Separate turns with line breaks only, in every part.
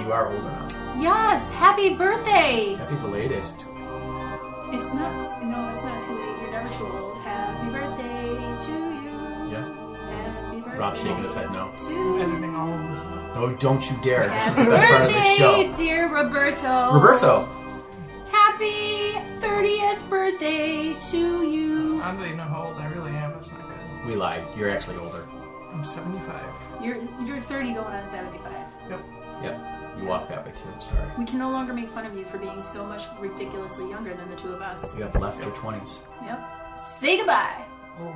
you are old enough.
Yes, happy birthday!
Happy belatest.
It's not, no, it's not too late. You're never too old. Happy birthday to you.
Yeah.
Happy birthday.
Rob's shaking his head no.
To you.
Editing all of this out.
No, don't you dare. This is
Happy
the best part of
birthday,
this show.
dear Roberto.
Roberto.
Happy 30th birthday to you.
I don't even know how old I really am. That's not good.
We lied. You're actually older.
I'm 75.
You're, you're 30 going on 75.
Yep.
Yep. You walk that way too. I'm sorry.
We can no longer make fun of you for being so much ridiculously younger than the two of us.
You have left your 20s.
Yep. Say goodbye.
Old.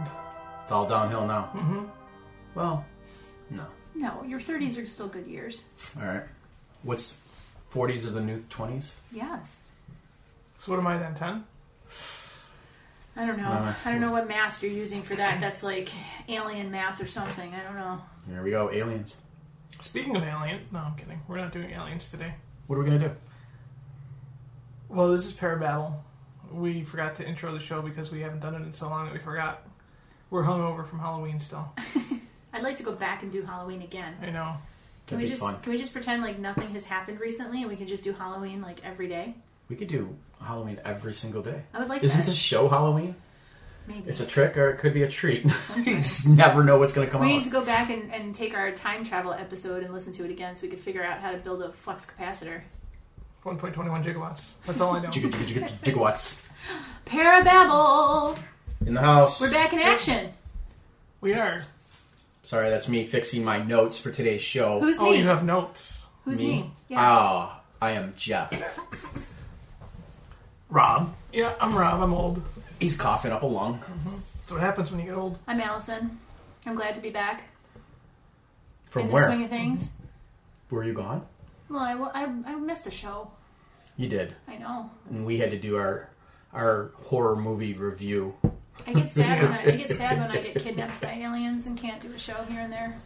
It's all downhill now.
Mm-hmm. Well,
No.
No, your 30s are still good years.
All right. What's 40s are the new 20s?
Yes.
so what am I then? 10?
I don't know.
Uh,
I don't know what math you're using for that. That's like alien math or something. I don't know.
Here we go. Aliens.
Speaking of aliens, no, I'm kidding. We're not doing aliens today.
What are we going to do?
Well, this is Parababble. We forgot to intro the show because we haven't done it in so long that we forgot. We're hungover from Halloween still.
I'd like to go back and do Halloween again.
I know.
That'd
Can we
be
just
fun.
can we just pretend like nothing has happened recently and we can just do Halloween like every day?
We could do Halloween every single day.
I would like
Isn't
that.
this show Halloween?
Maybe.
It's a trick or it could be a treat. you just never know what's going to come
we
out.
need to go back and, and take our time travel episode and listen to it again so we could figure out how to build a flux capacitor.
1.21 gigawatts. That's all I know.
Jigga, jigga, jigga, jigga, gigawatts.
Parababble!
In the house.
We're back in action!
we are.
Sorry, that's me fixing my notes for today's show.
Who's
Oh,
me?
you have notes.
Who's me?
me?
Yeah.
Ah, I am Jeff. Rob.
Yeah, I'm Rob. I'm old.
He's coughing up a lung.
That's what happens when you get old.
I'm Allison. I'm glad to be back
From
in the
where?
swing of things.
Were you gone?
Well, I, wa- I, I missed a show.
You did.
I know.
And we had to do our our horror movie review.
I get sad when I, I get sad when I get kidnapped by aliens and can't do a show here and there.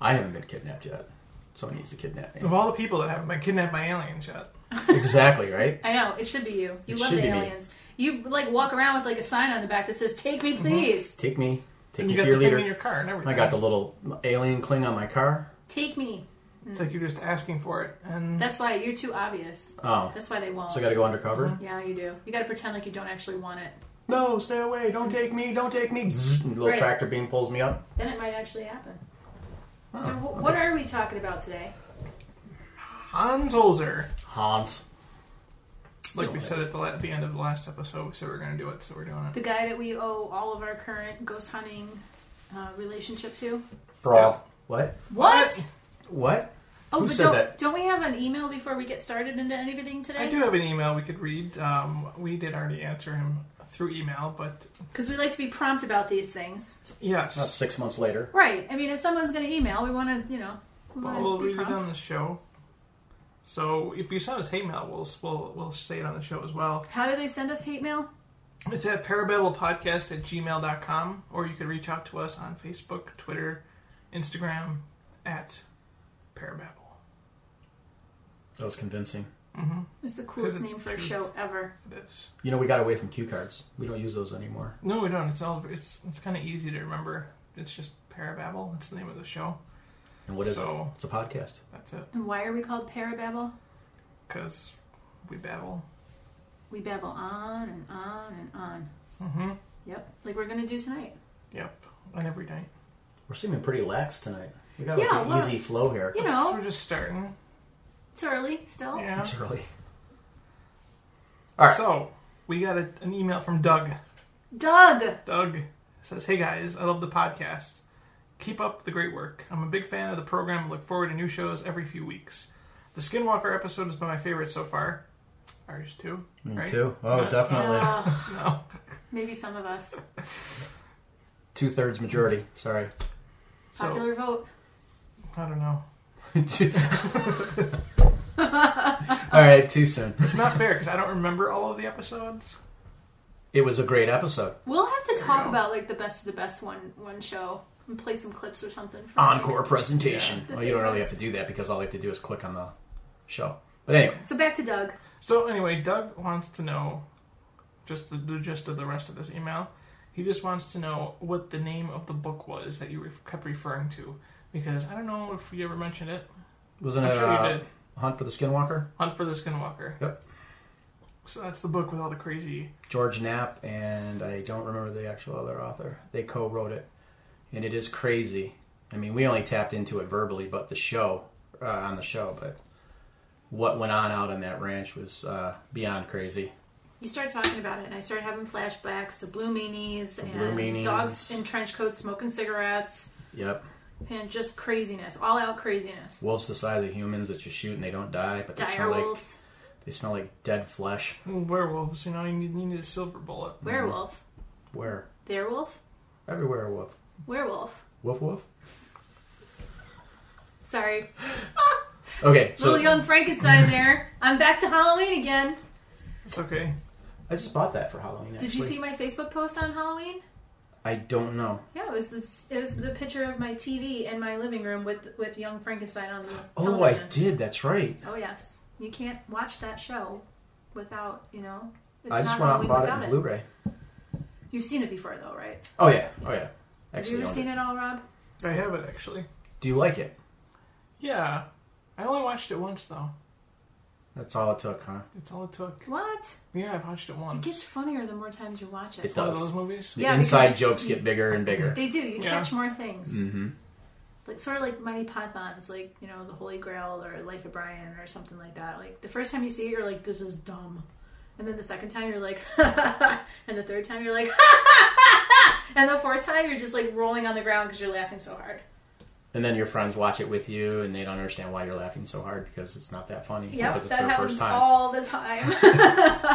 I haven't been kidnapped yet. Someone needs to kidnap me.
Of all the people that haven't been kidnapped by aliens yet.
exactly, right?
I know it should be you. You
It
love
should
the
be me.
aliens. You like walk around with like a sign on the back that says "Take
Mm-hmm.
me, please."
Take me. Take
And
me
you got
to
the
your
thing
leader.
in your car and everything.
I got the little alien cling on my car.
Take me.
It's like you're just asking for it. And
That's why you're too obvious.
Oh.
That's why they won't.
So I gotta go undercover?
yeah, you do. You got to pretend like you don't actually want it.
No, stay away. Don't take me. Don't take me. Zzz, and the Mhm. little
Right.
tractor beam pulls me up.
Then it might actually happen. so wh- what are we talking about today?
Hans Holzer.
Hans.
Like we said at the, la- at the end of the last episode, we said we are going to do it, so we're doing it.
The guy that we owe all of our current ghost hunting uh, relationship to.
Fraud. What?
What?
What?
Oh,
Who
but
said
don't,
that?
don't we have an email before we get started into anything today?
I do have an email we could read. Um, we did already answer him through email, but
Because we like to be prompt about these things.
yes.
About six months later.
Right. I mean, if someone's going to email, we want to, you know, we
Well,
want
we'll
to be
read it
prompt.
on the show. So if you send us hate mail, we'll we'll, we'll say it on the show as well.
How do they send us hate mail?
It's at parabablepodcast at gmail.com, or you could reach out to us on Facebook, Twitter, Instagram, at parababble.
That was convincing.
It's the coolest
Because
name
it's
for a
truth.
show ever.
It is.
You know, we got away from cue cards. We don't use those anymore.
No, we don't. It's all it's it's kind of easy to remember. It's just parababble. That's the name of the show.
And what is
So-
it? It's a podcast.
That's it.
And why are we called Parababble?
Because we babble.
We babble on and on and on.
Mm-hmm.
Yep. Like we're going to do tonight.
Yep. And every night.
We're seeming pretty lax tonight. We got
Yeah,
like an
well,
easy flow here.
You
So
know, Oh.
we're just starting.
it's early still.
Yeah.
It's early. All right.
So we got a, an email from Doug.
Doug!
Doug says, Hey guys, I love the podcast. Keep up the great work. I'm a big fan of the program and look forward to new shows every few weeks. The Skinwalker episode has been my favorite so far. Ours too.
Me
right?
too. Oh,
Yeah.
definitely.
Ugh,
No.
maybe some of us.
Two thirds majority. Sorry.
So,
Popular vote.
I don't know.
Two- All right, too soon.
It's not fair because I don't remember all of the episodes.
It was a great episode.
We'll have to
you
talk
go.
about like the best of the best one one show and play some clips or something. for, like-
Encore presentation.
Yeah.
Well, you don't really have to do that because all they have to do is click on the show. But anyway,
So back to Doug.
So, anyway, Doug wants to know just the, the gist of the rest of this email. He just wants to know what the name of the book was that you re- kept referring to because I don't know if you ever mentioned it.
wasn't
I'm
it
sure you
uh,
did.
Hunt for the Skinwalker.
Hunt for the Skinwalker.
Yep.
So that's the book with all the crazy.
George Knapp and I don't remember the actual other author. They co-wrote it, and it is crazy. I mean, we only tapped into it verbally, but the show uh, on the show, but what went on out on that ranch was uh, beyond crazy.
You started talking about it, and I started having flashbacks to blue meanies and
Blue Meanies.
dogs in trench coats smoking cigarettes
Yep,
and just craziness, all out craziness.
wolves the size of humans that you shoot and they don't die, but they
Dire
smell like
wolves,
they smell like dead flesh.
Ooh, werewolves, you know, you need, you need a silver bullet.
werewolf,
Where
werewolf,
everywhere a wolf,
werewolf.
woof woof.
Sorry,
Okay, so
little young Frankenstein. There, I'm back to Halloween again.
It's okay.
I just bought that for Halloween.
Did you
actually.
see my Facebook post on Halloween?
I don't know.
Yeah, it was this. It was the picture of my TV in my living room with with young Frankenstein on the
Oh, I
television.
did. That's right.
Oh yes, you can't watch that show without you know. It's
I just
not
went out and
Halloween
bought it
without
in Blu-ray.
You've seen it before though, right?
Oh yeah, oh yeah.
Have you
Actually,
ever
owned
seen
it.
it all, Rob?
I have it actually.
do you like it?
Yeah, I only watched it once though.
That's all it took, huh?
That's all it took.
What?
Yeah, I've watched it once.
It gets funnier the more times you watch it.
It
It's one of
does.
those movies.
The
Yeah, because
inside
you-
jokes get bigger and bigger.
They do. You
Yeah.
catch more things.
Mm-hmm.
Like sort of like Monty Python's, like you know, The Holy Grail or Life of Brian or something like that. Like the first time you see it, you're like, "This is dumb," and then the second time you're like, and the third time you're like, and the fourth time you're just like rolling on the ground because you're laughing so hard.
And then your friends watch it with you, and they don't understand why you're laughing so hard because it's not that funny.
Yep,
because it's
that
their
happens
first time.
all the time.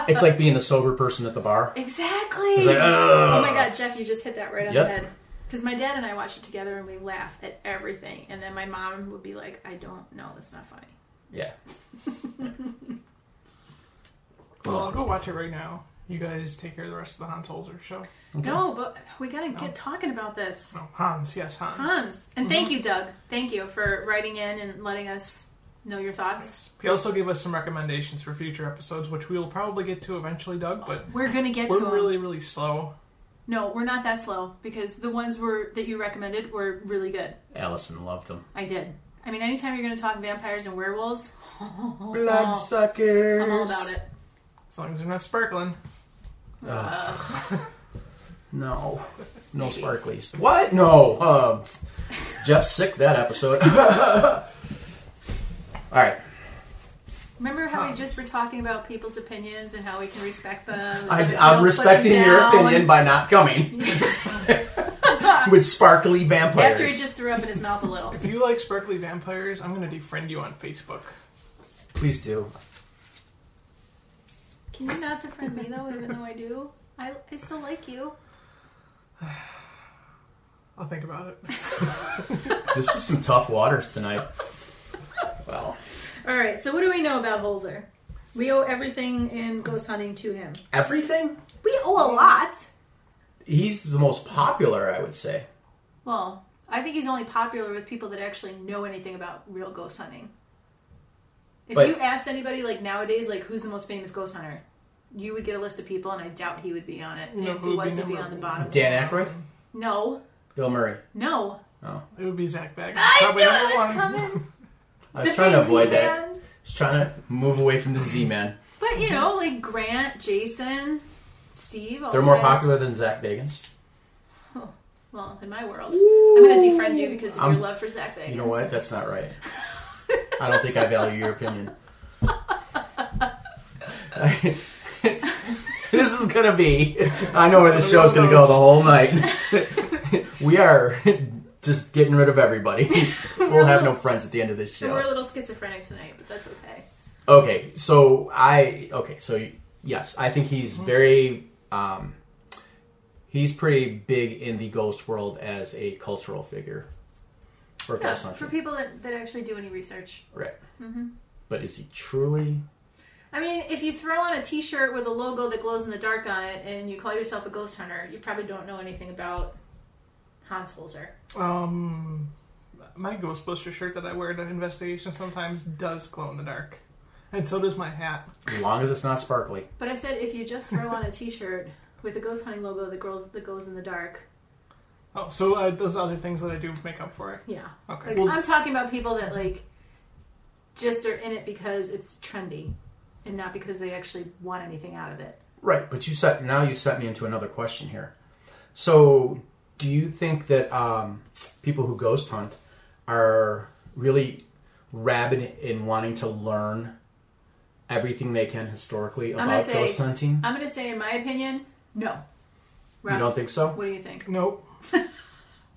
It's like being the sober person at the bar.
exactly.
It's like,
oh
oh
my god, Jeff, you just hit that right on
Yep.
the head. Because my dad and I watched it together and we laughed at everything, and then my mom would be like, "I don't know, that's not funny."
Yeah.
Well, I'll go watch it right now. You guys take care of the rest of the Hans Holzer show.
Okay.
No, but we gotta get talking about this.
No, Hans. Yes, Hans.
Hans. And thank you, Doug. Thank you for writing in and letting us know your thoughts.
He also gave us some recommendations for future episodes, which we'll probably get to eventually, Doug. But
We're gonna get to
we're
'em.
really, really slow.
No, we're not that slow because the ones were that you recommended were really good.
Allison loved them.
I did. I mean, anytime you're gonna talk vampires and werewolves,
Bloodsuckers.
I'm all about it.
As long as they're not sparkling.
Uh,
No. No
Maybe.
sparklies. What? No. Uh, Jeff's sick that episode. all right.
remember how we
Hans.
just were talking about people's opinions and how we can respect them?
I,
There's no
I'm
putting
respecting your
down.
opinion by not coming with sparkly vampires.
After he just threw up in his mouth a little.
If you like sparkly vampires, I'm gonna defriend you on Facebook.
Please do.
Can you not defriend me though, even though I do? I, I still like you.
I'll think about it.
This is some tough waters tonight. Well,
All right, so what do we know about Holzer? We owe everything in ghost hunting to him.
everything?
We owe a lot.
He's the most popular, I would say.
Well, I think he's only popular with people that actually know anything about real ghost hunting. If
But-
you asked anybody like nowadays, like who's the most famous ghost hunter, you would get a list of people, and I doubt he would be on it.
No,
and if
who
he
would be
was, he'd be
number
on the
one?
bottom.
Dan Aykroyd?
No,
Bill Murray.
no.
It would be Zach Bagans.
I knew
probably number
it was
one.
coming.
I was
The
trying to
big
avoid that.
Z-Man.
I was trying to move away from the Z Man.
But you know, like Grant, Jason, Steve. all
They're more
the guys-
popular than Zach Bagans.
Well, in my world, I'm going to defriend you because of
I'm-
your love for Zach Bagans.
You know what? That's not right. I don't think I value your opinion. this is gonna be. I know where the
It's gonna
show's
be
gonna
one
go
of those.
the whole night. we are just getting rid of everybody. We'll have no friends at the end of this
We're a
show.
little schizophrenic tonight, but that's okay.
Okay, so I. Okay, so yes, I think he's
Mm-hmm.
very. Um, he's pretty big in the ghost world as a cultural figure. Or
Yeah,
ghost
for
hunter.
people that, that actually do any research.
Right.
Mm-hmm.
But is he truly?
I mean, if you throw on a T-shirt with a logo that glows in the dark on it and you call yourself a ghost hunter, you probably don't know anything about Hans Holzer.
Um, my Ghostbuster shirt that I wear to investigation sometimes does glow in the dark, and so does my hat.
As long as it's not sparkly.
But I said if you just throw on a T-shirt with a ghost hunting logo that glows that goes in the dark,
Oh, so uh, those other things that I do make up for it.
yeah.
Okay.
Like, I'm talking about people that like just are in it because it's trendy and not because they actually want anything out of it.
Right, but you set now you set me into another question here. So, do you think that um, people who ghost hunt are really rabid in wanting to learn everything they can historically
I'm gonna
about
say-
ghost hunting?
I'm going to say, in my opinion, no.
you
Rob,
don't think so?
what do you think?
Nope.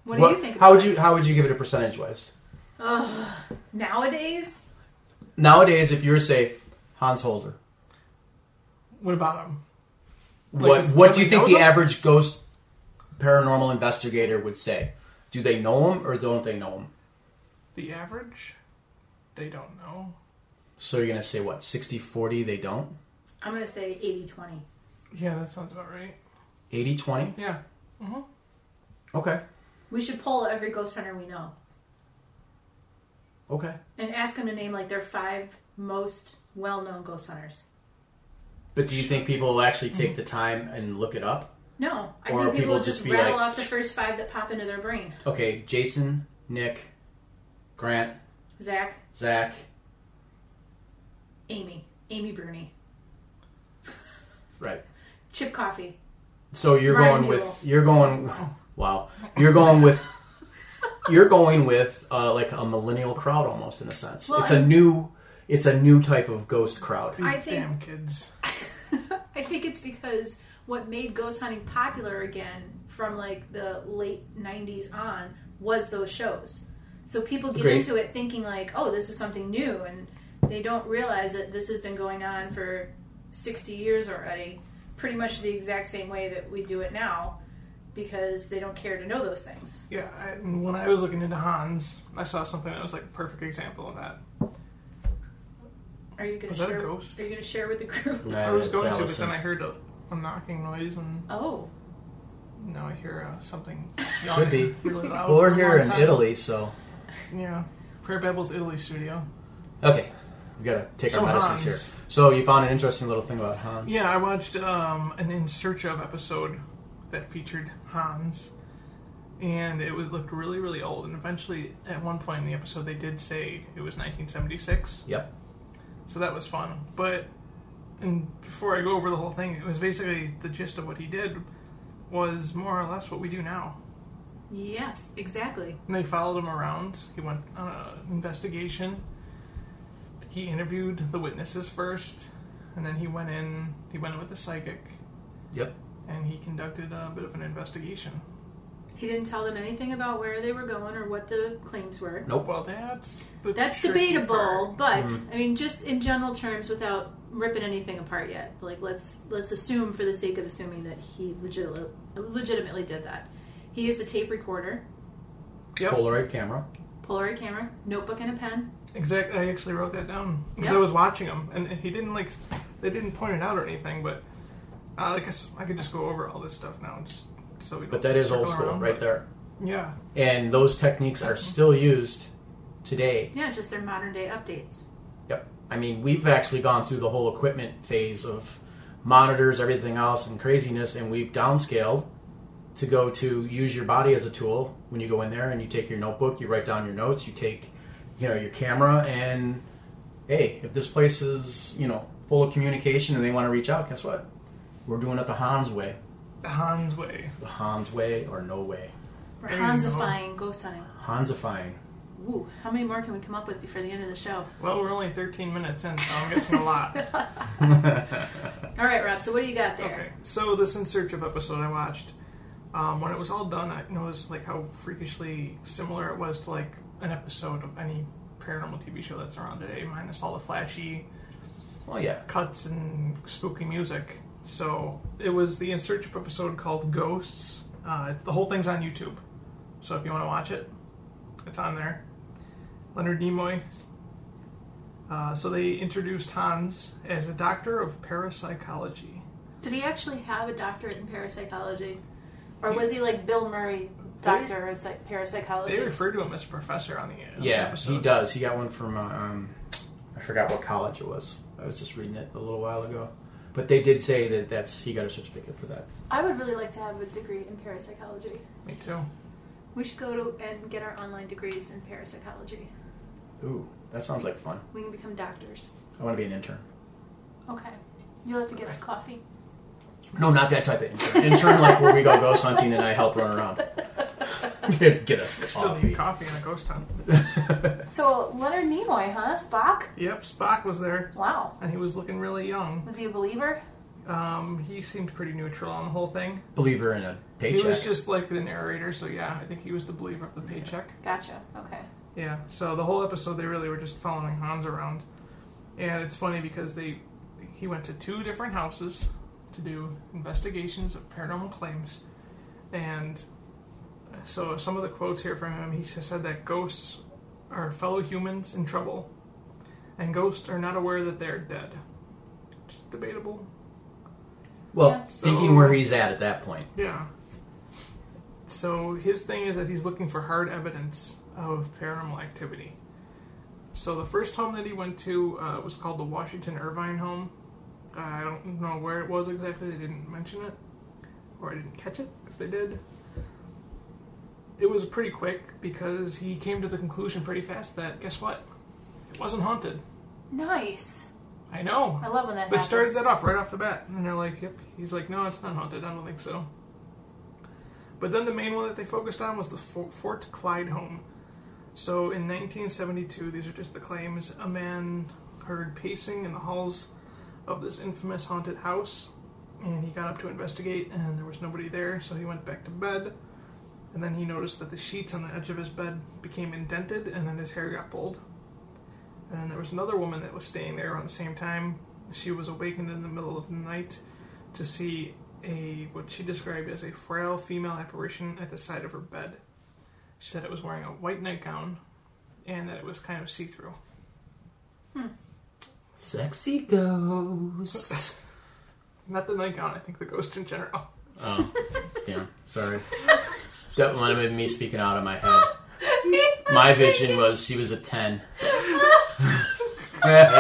What do
What-
you think?
How
about
would you how would you give it a percentage wise?
Ugh, nowadays,
Nowadays, if you were to say Hans Holzer,
What about him?
what
if
what do you think
somebody
the
knows him?
average ghost paranormal investigator would say? Do they know him or don't they know him?
The average? They don't know.
So you're gonna say what 60 40 they don't
I'm going to say 80 20.
Yeah, that sounds about right.
80 20
Yeah. hmm
okay
We should poll every ghost hunter we know
okay
and ask them to name like their five most well known ghost hunters.
but do you think people will actually take the time and look it up
No, I
Or
think people
people
will
just
just
be
rattle
like-
off the first five that pop into their brain.
okay jason nick grant
Zach,
zach
Amy, Amy Bruni,
right
Chip Coffee.
so you're
Brian
going
Newell.
with you're going wow you're going with you're going with uh, like a millennial crowd almost in a sense
Well,
it's
I-
a new it's a new type of ghost crowd
These
I think-
damn kids.
I think it's because what made ghost hunting popular again from like the late 90s on was those shows. So people get
Agreed.
into it thinking like, "Oh, this is something new," and they don't realize that this has been going on for 60 years already, pretty much the exact same way that we do it now because they don't care to know those things.
Yeah, I, when I was looking into Hans, I saw something that was like a perfect example of that.
Are you going to
Was that a
share
ghost?
Are you going to share with the group?
Nah,
I was
it's
going to, but
Allison.
then I heard a, a knocking noise, and
Oh,
now I hear uh, something
Could be.
really loud.
well we're
for a
here
long
in
time.
italy so
Yeah, Prayer Babel's Italy studio.
okay we gotta take
So
our medicines
Hans.
here so you found an interesting little thing about hans
Yeah, I watched um, an In Search of episode that featured Hans, and it was, looked really, really old. And eventually, at one point in the episode, they did say it was 1976,
Yep.
so that was fun. But and before I go over the whole thing, it was basically the gist of what he did was more or less what we do now.
yes, exactly.
And they followed him around. He went on an investigation. He interviewed the witnesses first, and then he went in. He went in with a psychic.
Yep.
And he conducted a bit of an investigation.
He didn't tell them anything about where they were going or what the claims were.
Nope.
Well, that's the
That's
tricky
debatable,
part.
but
Mm.
Mm-hmm.
I mean, just in general terms, without ripping anything apart yet. Like let's let's assume, for the sake of assuming, that he legit, legitimately did that. He used a tape recorder,
Yep.
Polaroid camera.
Polaroid camera, notebook, and a pen.
Exactly. I actually wrote that down because
Yeah.
I was watching him, and he didn't like. s- They didn't point it out or anything, but uh, I guess I could just go over all this stuff now, just so we.
But
don't
that is old
circle
school
around,
right
but-
there.
Yeah.
And those techniques are still used today.
Yeah, just their modern day updates.
Yep. I mean, we've actually gone through the whole equipment phase of monitors, everything else, and craziness, and we've downscaled to go to use your body as a tool when you go in there and you take your notebook, you write down your notes, you take, you know, your camera, and hey, if this place is, you know, full of communication and they want to reach out, guess what? We're doing it the Hans way.
The Hans way.
The Hans way or no way.
We're
There you
Hansifying ghost hunting.
Hansifying.
Ooh, how many more can we come up with before the end of the show?
Well, we're only 13 minutes in, so I'm guessing a lot.
All right, Rob. So what do you got there?
Okay, so this In Search of episode I watched, um, when it was all done, I noticed like how freakishly similar it was to like an episode of any paranormal TV show that's around today, minus all the flashy
Well, Oh, yeah.
cuts and spooky music. So it was the In Search of episode called Ghosts. Uh, the whole thing's on YouTube, so if you want to watch it, it's on there. Leonard Nimoy. Uh, so they introduced Hans as a doctor of parapsychology.
Did he actually have a doctorate in parapsychology, or was he like Bill Murray, doctor of psych- parapsychology?
They refer to him as professor on the on the
Yeah,
episode.
he does. He got one from uh, um, I forgot what college it was. I was just reading it a little while ago, but they did say that that's he got a certificate for that.
I would really like to have a degree in parapsychology.
Me too.
We should go to and get our online degrees in parapsychology.
Ooh, that sounds like fun.
We can become doctors.
I want to be an intern.
Okay. You'll have to get us coffee.
No, not that type of intern. Intern like where we go ghost hunting and I help run around. Get, get us
Still
coffee.
need coffee in a ghost town.
So Leonard Nimoy, huh? Spock?
Yep, Spock was there,
Wow.
and he was looking really young.
Was he a believer?
Um, he seemed pretty neutral on the whole thing.
Believer in a
He was
paycheck.
just like the narrator, so yeah, I think he was the believer of the paycheck.
Gotcha. Okay.
Yeah, so the whole episode they really were just following Hans around. And it's funny because they he went to two different houses to do investigations of paranormal claims. And so some of the quotes here from him, he s- said that ghosts are fellow humans in trouble and ghosts are not aware that they're dead. Just debatable.
well,
Yeah.
thinking where he's at at that point.
Yeah. So his thing is that he's looking for hard evidence of paranormal activity. So the first home that he went to uh, was called the Washington Irvine home. Uh, I don't know where it was exactly. They didn't mention it, or I didn't catch it. If they did, it was pretty quick because he came to the conclusion pretty fast that guess what, it wasn't haunted.
Nice.
I know.
I love when that
They
happens.
started that off right off the bat, and they're like, "Yep." He's like, "No, it's not haunted. I don't think so." But then the main one that they focused on was the Fo- Fort Clyde home. So in 1972, these are just the claims. A man heard pacing in the halls of this infamous haunted house, and he got up to investigate, and there was nobody there. So he went back to bed, and then he noticed that the sheets on the edge of his bed became indented, and then his hair got pulled. And then there was another woman that was staying there around the same time. She was awakened in the middle of the night to see a what she described as a frail female apparition at the side of her bed. She said it was wearing a white nightgown and that it was kind of see through.
Sexy ghost.
Not the nightgown, I think the ghost in general.
oh, damn. Sorry. That might have been me speaking out of my head. My vision was she was a 10.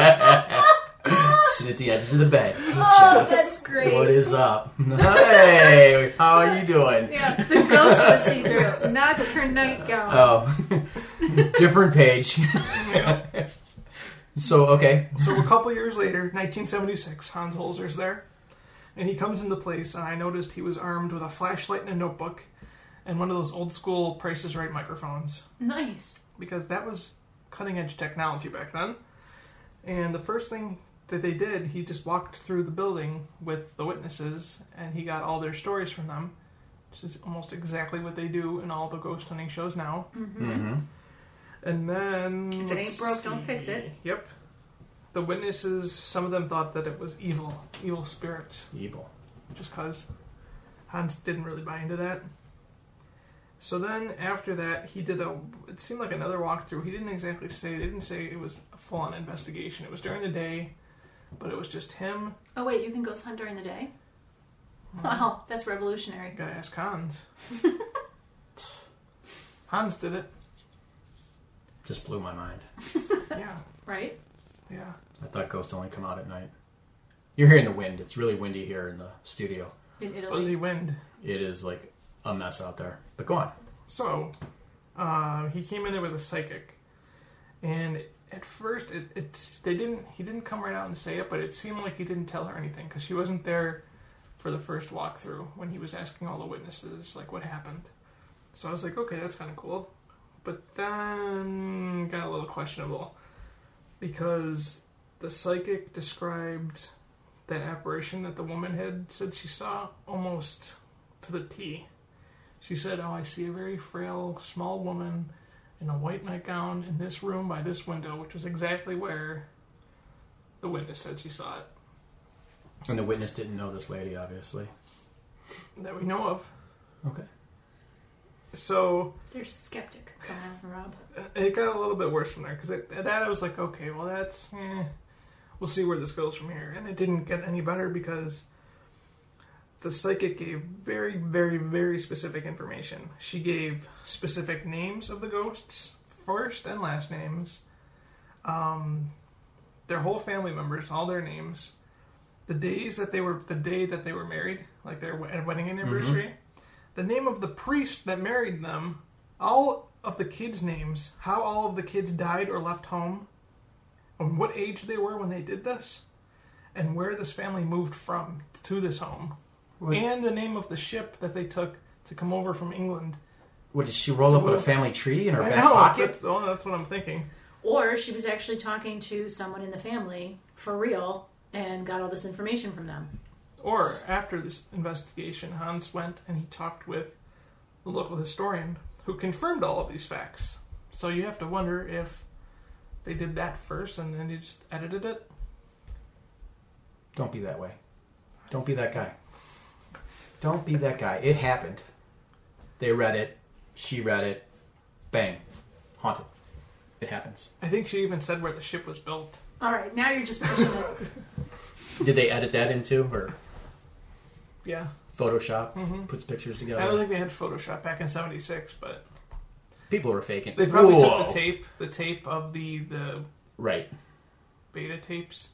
Sitting at the edge of the bed. Hey,
Oh,
Jeff,
that's great.
what is up? Hey, how are you doing?
yeah, the ghost was see through, not her nightgown.
Oh, different page. so, okay.
So a couple years later, 1976, Hans Holzer's there, and he comes into place, and I noticed he was armed with a flashlight and a notebook, and one of those old school Price is Right microphones.
Nice.
because that was cutting edge technology back then. And the first thing that they did, he just walked through the building with the witnesses and he got all their stories from them, which is almost exactly what they do in all the ghost hunting shows now.
Mm-hmm.
And then.
If it
let's
ain't broke, don't fix it.
Yep. The witnesses, some of them thought that it was evil, evil spirits
Evil.
just because Hans didn't really buy into that. So then after that, he did a. It seemed like another walkthrough. He didn't exactly say. They didn't say it was a full-on investigation. It was during the day, but it was just him.
Oh wait, you can ghost hunt during the day. Wow, that's revolutionary.
You gotta ask Hans. Hans did it.
Just blew my mind.
Yeah,
Right?
yeah.
I thought ghosts only come out at night. You're hearing the wind. It's really windy here in the studio.
In Italy.
Buzzy wind.
It is like a mess out there. But go on.
So, uh, he came in there with a psychic, and at first, it, it's they didn't. He didn't come right out and say it, but it seemed like he didn't tell her anything because she wasn't there for the first walkthrough when he was asking all the witnesses like what happened. So I was like, okay, that's kind of cool, but then got a little questionable because the psychic described that apparition that the woman had said she saw almost to the T. She said, Oh, I see a very frail, small woman in a white nightgown in this room by this window, which was exactly where the witness said she saw it,
And the witness didn't know this lady, obviously.
that we know of.
Okay.
So
They're skeptic. Come on, Rob.
uh, it got a little bit worse from there because at that I was like, Okay, well, that's. Eh, we'll see where this goes from here. And it didn't get any better because the psychic gave very, very, very specific information. She gave specific names of the ghosts, first and last names, um, their whole family members, all their names, the days that they were, the day that they were married, like their we- wedding anniversary, the name of the priest that married them, all of the kids' names, how all of the kids died or left home, and what age they were when they did this, and where this family moved from to this home,
What-
and the name of the ship that they took to come over from England.
What did she roll up with a family tree in her
I
back
know,
pocket?
That's, oh, that's what I'm thinking.
Or she was actually talking to someone in the family for real and got all this information from them.
Or after this investigation, Hans went and he talked with the local historian who confirmed all of these facts. So you have to wonder if they did that first and then you just edited it.
Don't be that way. Don't be that guy. Don't be that guy. It happened. They read it. She read it. Bang. Haunted. It happens.
I think she even said where the ship was built.
All right, now you're just pushing it.
Did they edit that into or
Yeah.
Photoshop
Mhm.
puts pictures
I don't
together?
think they had Photoshop back in 76, but
People were faking.
they probably
Whoa.
took the tape, the tape of the, the
Right.
beta tapes.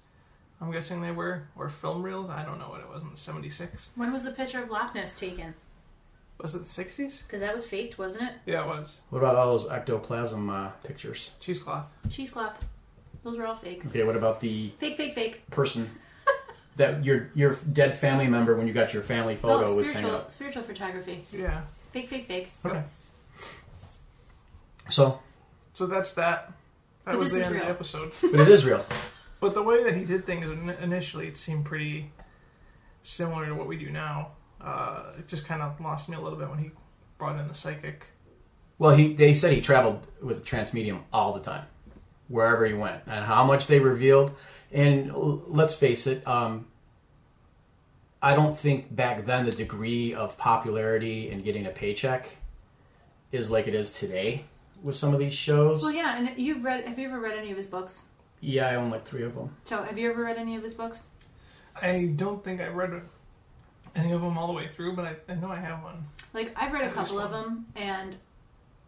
I'm guessing they were, or film reels. I don't know what it was in the 76.
When was the picture of Loch Ness taken?
Was it the 60s?
Because that was faked, wasn't it?
Yeah, it was.
What about all those ectoplasm uh, pictures?
Cheesecloth.
Cheesecloth. Those were all fake.
Okay, what about the
Fake, fake, fake.
person that your your dead family member when you got your family photo
oh,
was hanging
spiritual,
up?
spiritual photography.
Yeah.
Fake, fake, fake.
Okay.
So,
So that's that. That
But
was the
this is
end of the
real.
episode.
but it is real.
But the way that he did things in- initially, it seemed pretty similar to what we do now. Uh, it just kind of lost me a little bit when he brought in the psychic.
Well, he they said he traveled with a transmedium all the time, wherever he went, and how much they revealed. And l- let's face it, um, I don't think back then the degree of popularity and getting a paycheck is like it is today with some of these shows.
Well, yeah, and you've read. Have you ever read any of his books?
yeah, I own like three of them.
So, have you ever read any of his books?
I don't think I read any of them all the way through, but I, I know I have one.
Like, I've read a
At
couple
least
of them, and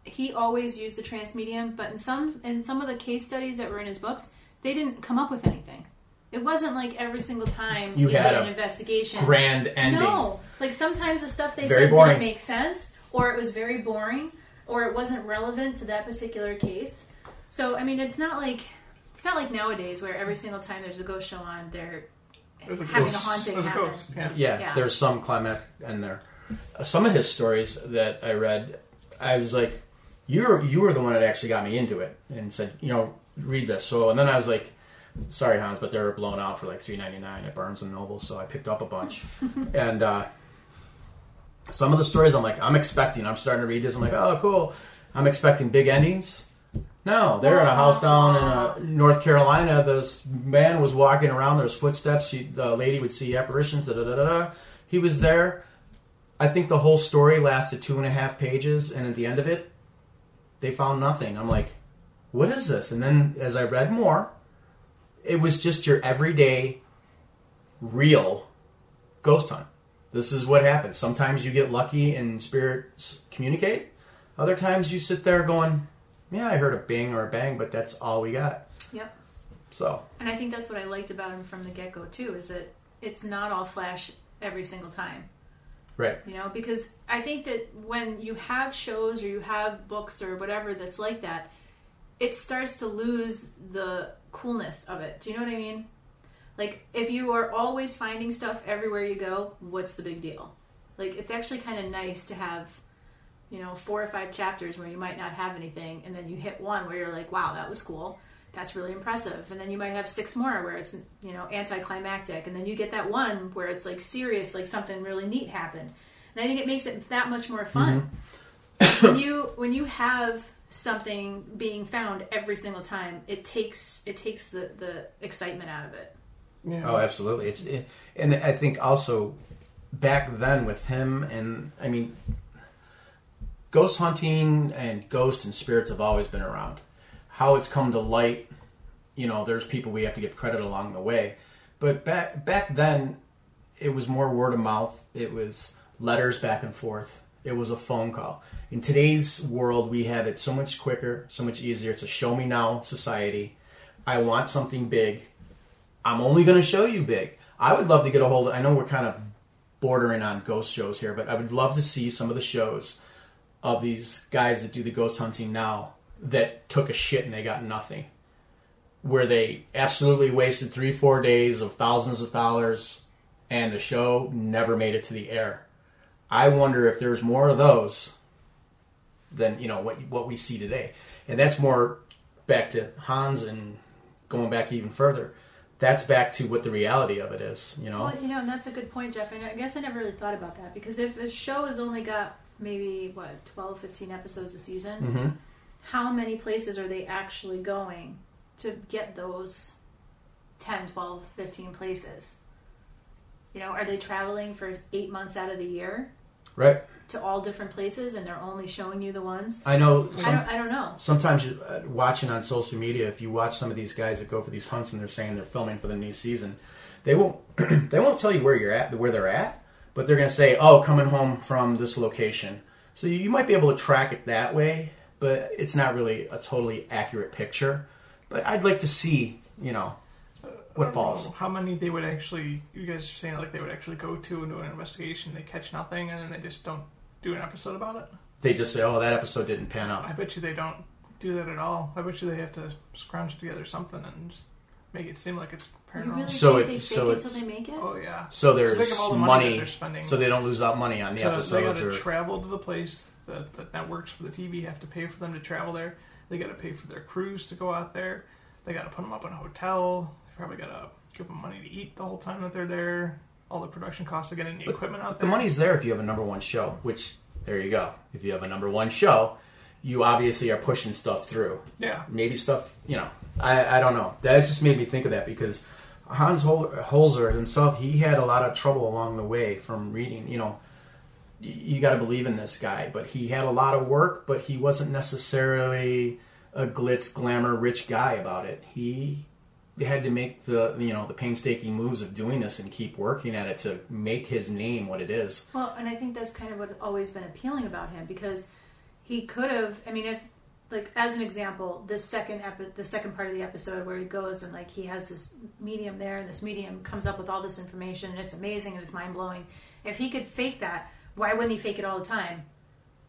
he always used a transmedium. But in some, in some of the case studies that were in his books, they didn't come up with anything. It wasn't like every single time
You
he
had
did
a
an investigation.
Grand ending.
No, like sometimes the stuff they
Very
said
boring.
didn't make sense, or it was very boring, or it wasn't relevant to that particular case. So I mean, it's not like it's not like nowadays where every single time there's a ghost show on, they're
There's a
having
ghost.
a haunting
There's a
happen.
ghost. Yeah.
Yeah,
Yeah.
there's some climax in there. Uh, Some of his stories that I read, I was like, "You're you were the one that actually got me into it," and said, "You know, read this." So, and then I was like, "Sorry, Hans, but they were blown out for like three ninety nine at Barnes and Noble," so I picked up a bunch. and uh, some of the stories, I'm like, I'm expecting. I'm starting to read this. I'm like, "Oh, cool." I'm expecting big endings. No, they're in a house down in uh, North Carolina. This man was walking around. There was footsteps. She, the lady would see apparitions. Da, da, da, da, da. He was there. I think the whole story lasted two and a half pages, and at the end of it, they found nothing. I'm like, what is this? And then as I read more, it was just your everyday, real ghost hunt. This is what happens. Sometimes you get lucky and spirits communicate. Other times you sit there going, yeah, I heard a bing or a bang, but that's all we got.
Yep.
So,
And I think that's what I liked about him from the get go too, is that it's not all flash every single time.
right.
you know because i think that when you have shows or you have books or whatever that's like that it starts to lose the coolness of it do you know what i mean like if you are always finding stuff everywhere you go what's the big deal like it's actually kind of nice to have you know four or five chapters where you might not have anything and then you hit one where you're like wow that was cool that's really impressive and then you might have six more where it's you know anticlimactic and then you get that one where it's like serious like something really neat happened and i think it makes it that much more fun when you when you have something being found every single time it takes it takes the the excitement out of it
Yeah.
Oh, absolutely. It's it, and I think also back then with him and I mean ghost hunting and ghosts and spirits have always been around. How it's come to light, you know, there's people we have to give credit along the way. But back back then it was more word of mouth. It was letters back and forth. It was a phone call. In today's world, we have it so much quicker, so much easier. It's a show me now society. I want something big. I'm only going to show you big. I would love to get a hold of, I know we're kind of bordering on ghost shows here, but I would love to see some of the shows of these guys that do the ghost hunting now that took a shit and they got nothing. Where they absolutely wasted three, four days of thousands of dollars and the show never made it to the air. I wonder if there's more of those than, you know, what what we see today. And that's more back to Hans and going back even further. That's back to what the reality of it is, you know.
Well, you know, and that's a good point, Jeff. And I guess I never really thought about that because if a show has only got maybe what 12, 15 episodes a season,
Mhm.
how many places are they actually going to get those 10, 12, 15 places? You know, are they traveling for eight months out of the year
Right.
to all different places and they're only showing you the ones?
I know
I
some,
don't. I don't know.
sometimes you, uh, watching on social media, if you watch some of these guys that go for these hunts and they're saying they're filming for the new season, they won't they won't tell you where you're at, where they're at, but they're going to say, "Oh, coming home from this location." So you, you might be able to track it that way, but it's not really a totally accurate picture. But I'd like to see, you know, what falls.
know How many they would actually? You guys are saying like they would actually go to and do an investigation. They catch nothing, and then they just don't do an episode about it.
They just say, "Oh, that episode didn't pan out."
I bet you they don't do that at all. I bet you they have to scrunch together something and just make it seem like it's
You
paranormal.
really
So
think
it-
they fake
so
it till
it's-
they make it?
Oh yeah.
So
Just
there's
think of all the money, that
money,
they're spending.
so they don't lose out money on the
So they got
episodes.
to
Or,
travel to the place. The, the networks for the TV have to pay for them to travel there. They got to pay for their crews to go out there. They got to put them up in a hotel. They probably got to give them money to eat the whole time that they're there. All the production costs of getting the equipment out
The
there.
money's there if you have a number one show, which there you go. If you have a number one show, you obviously are pushing stuff through.
Yeah.
Maybe stuff, you know, I, I don't know. That just made me think of that because Hans Hol- Holzer himself, he had a lot of trouble along the way from reading, you know, y- you got to believe in this guy, but he had a lot of work, but he wasn't necessarily a glitz, glamour, rich guy about it. He had to make the, you know, the painstaking moves of doing this and keep working at it to make his name what it is.
Well, and I think that's kind of what's always been appealing about him because he could have. I mean, if like as an example, the second epi- the second part of the episode where he goes and like he has this medium there, and this medium comes up with all this information, and it's amazing and it's mind blowing. If he could fake that, why wouldn't he fake it all the time?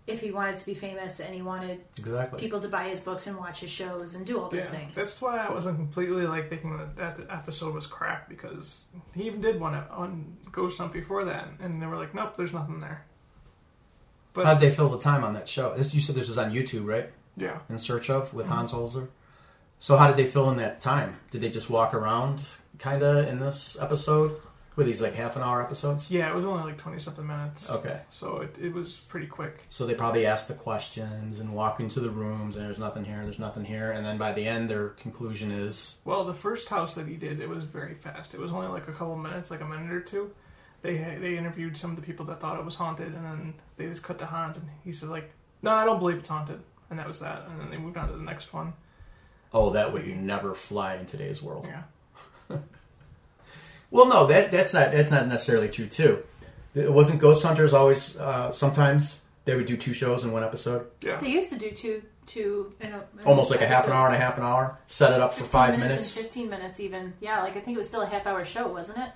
If he wanted to be famous and he wanted
Exactly.
people to buy his books and watch his shows and do all these
Yeah,
things,
that's why I wasn't completely like thinking that that the episode was crap because he even did one on Ghost Hunt before that, and they were like, "Nope, there's nothing there." But
How'd they fill the time on that show? This, you said this was on YouTube, right?
yeah,
In search of with Hans Holzer. So how did they fill in that time? Did they just walk around, kind of, in this episode? Were these like half an hour episodes?
yeah, it was only like twenty something minutes,
Okay.
so it, it was pretty quick.
So they probably asked the questions and walk into the rooms, and there's nothing here, and there's nothing here, and then by the end, their conclusion is
Well, the first house that he did, it was very fast. It was only like a couple minutes, like a minute or two. They they interviewed some of the people that thought it was haunted, and then they just cut to Hans, and he says like, "No, I don't believe it's haunted," and that was that. And then they moved on to the next one.
Oh, that would never fly in today's world.
Yeah.
Well, no, that that's not that's not necessarily true too. It wasn't Ghost Hunters always. Uh, sometimes they would do two shows in one episode,
Yeah.
they used to do two two in a, in
almost like a half an hour and a
episodes.
half an hour. Set it up for
15
five
minutes,
minutes.
and 15 minutes even yeah like i think it was still a half hour show wasn't it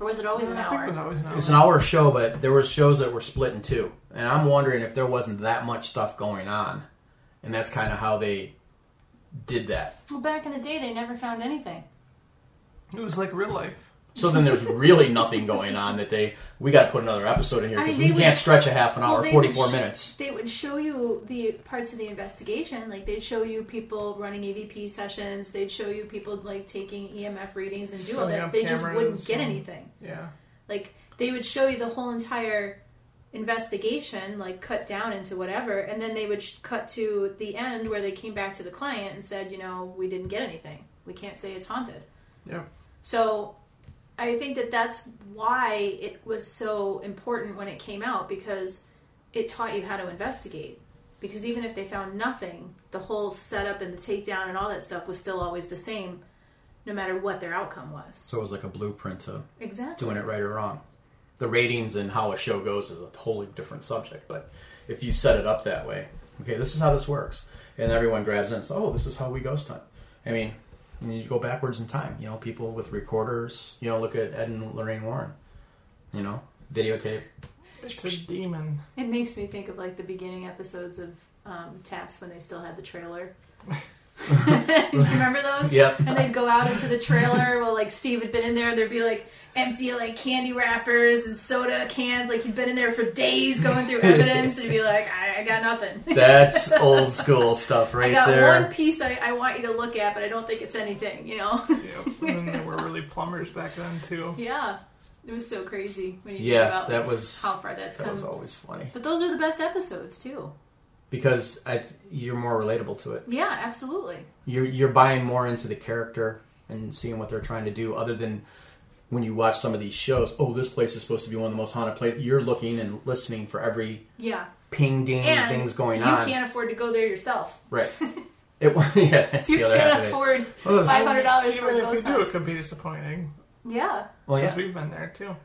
or was it always an
I think it was
hour
always an hour.
It's an hour show, but there were shows that were split in two, and I'm wondering if there wasn't that much stuff going on, and that's kind of how they did that.
well back in the day they never found anything
It was like real life.
So then there's really nothing going on that they we got to put another episode in here
I
because
mean,
we
they would-
can't stretch a half an
Well,
hour,
they would
44
sh-
minutes.
they would show you the parts of the investigation like they'd show you people running evp sessions they'd show you people like taking emf readings and do all
Setting
that
up
they just
cameras
wouldn't get
and-
anything
Yeah.
like they would show you the whole entire investigation like cut down into whatever and then they would sh- cut to the end where they came back to the client and said you know we didn't get anything we can't say it's haunted
Yeah.
so i think that that's why it was so important when it came out because it taught you how to investigate because even if they found nothing the whole setup and the takedown and all that stuff was still always the same no matter what their outcome was
So it was like a blueprint to
exactly
doing it right or wrong. The ratings and how a show goes is a wholly different subject, but if you set it up that way, okay, this is how this works, and everyone grabs in, and says, oh, this is how we ghost hunt. I mean, and you go backwards in time. You know, people with recorders. You know, look at Ed and Lorraine Warren. You know, videotape.
It's a demon.
It makes me think of like the beginning episodes of um, Taps when they still had the trailer. Do you remember those?
Yep.
And they'd go out into the trailer while like Steve had been in there. There'd be like empty like candy wrappers and soda cans. Like he'd been in there for days going through evidence, and he'd be like, "I, I got nothing.
That's old school stuff right
I got
there.
one piece I, I want you to look at, but I don't think it's anything." You know?
Yep. And then there were really plumbers back then too.
yeah. It was so crazy when you
Yeah,
think about
that
like,
was-
how far that's
That
come.
was always funny
But those are the best episodes too.
because I th- you're more relatable to it.
Yeah, absolutely.
You're you're buying more into the character and seeing what they're trying to do, other than when you watch some of these shows. Oh, this place is supposed to be one of the most haunted places. You're looking and listening for every
Yeah.
ping ding
and
things going
you
on.
can't afford to go there yourself.
Right. It wa- yeah, that's
You
the other half
can't
of it.
afford
Well,
five
that's-
hundred dollars for
Even
a
if we
ghost
do,
hunt.
it could be disappointing
Yeah,
well,
because
yeah,
we've been there too.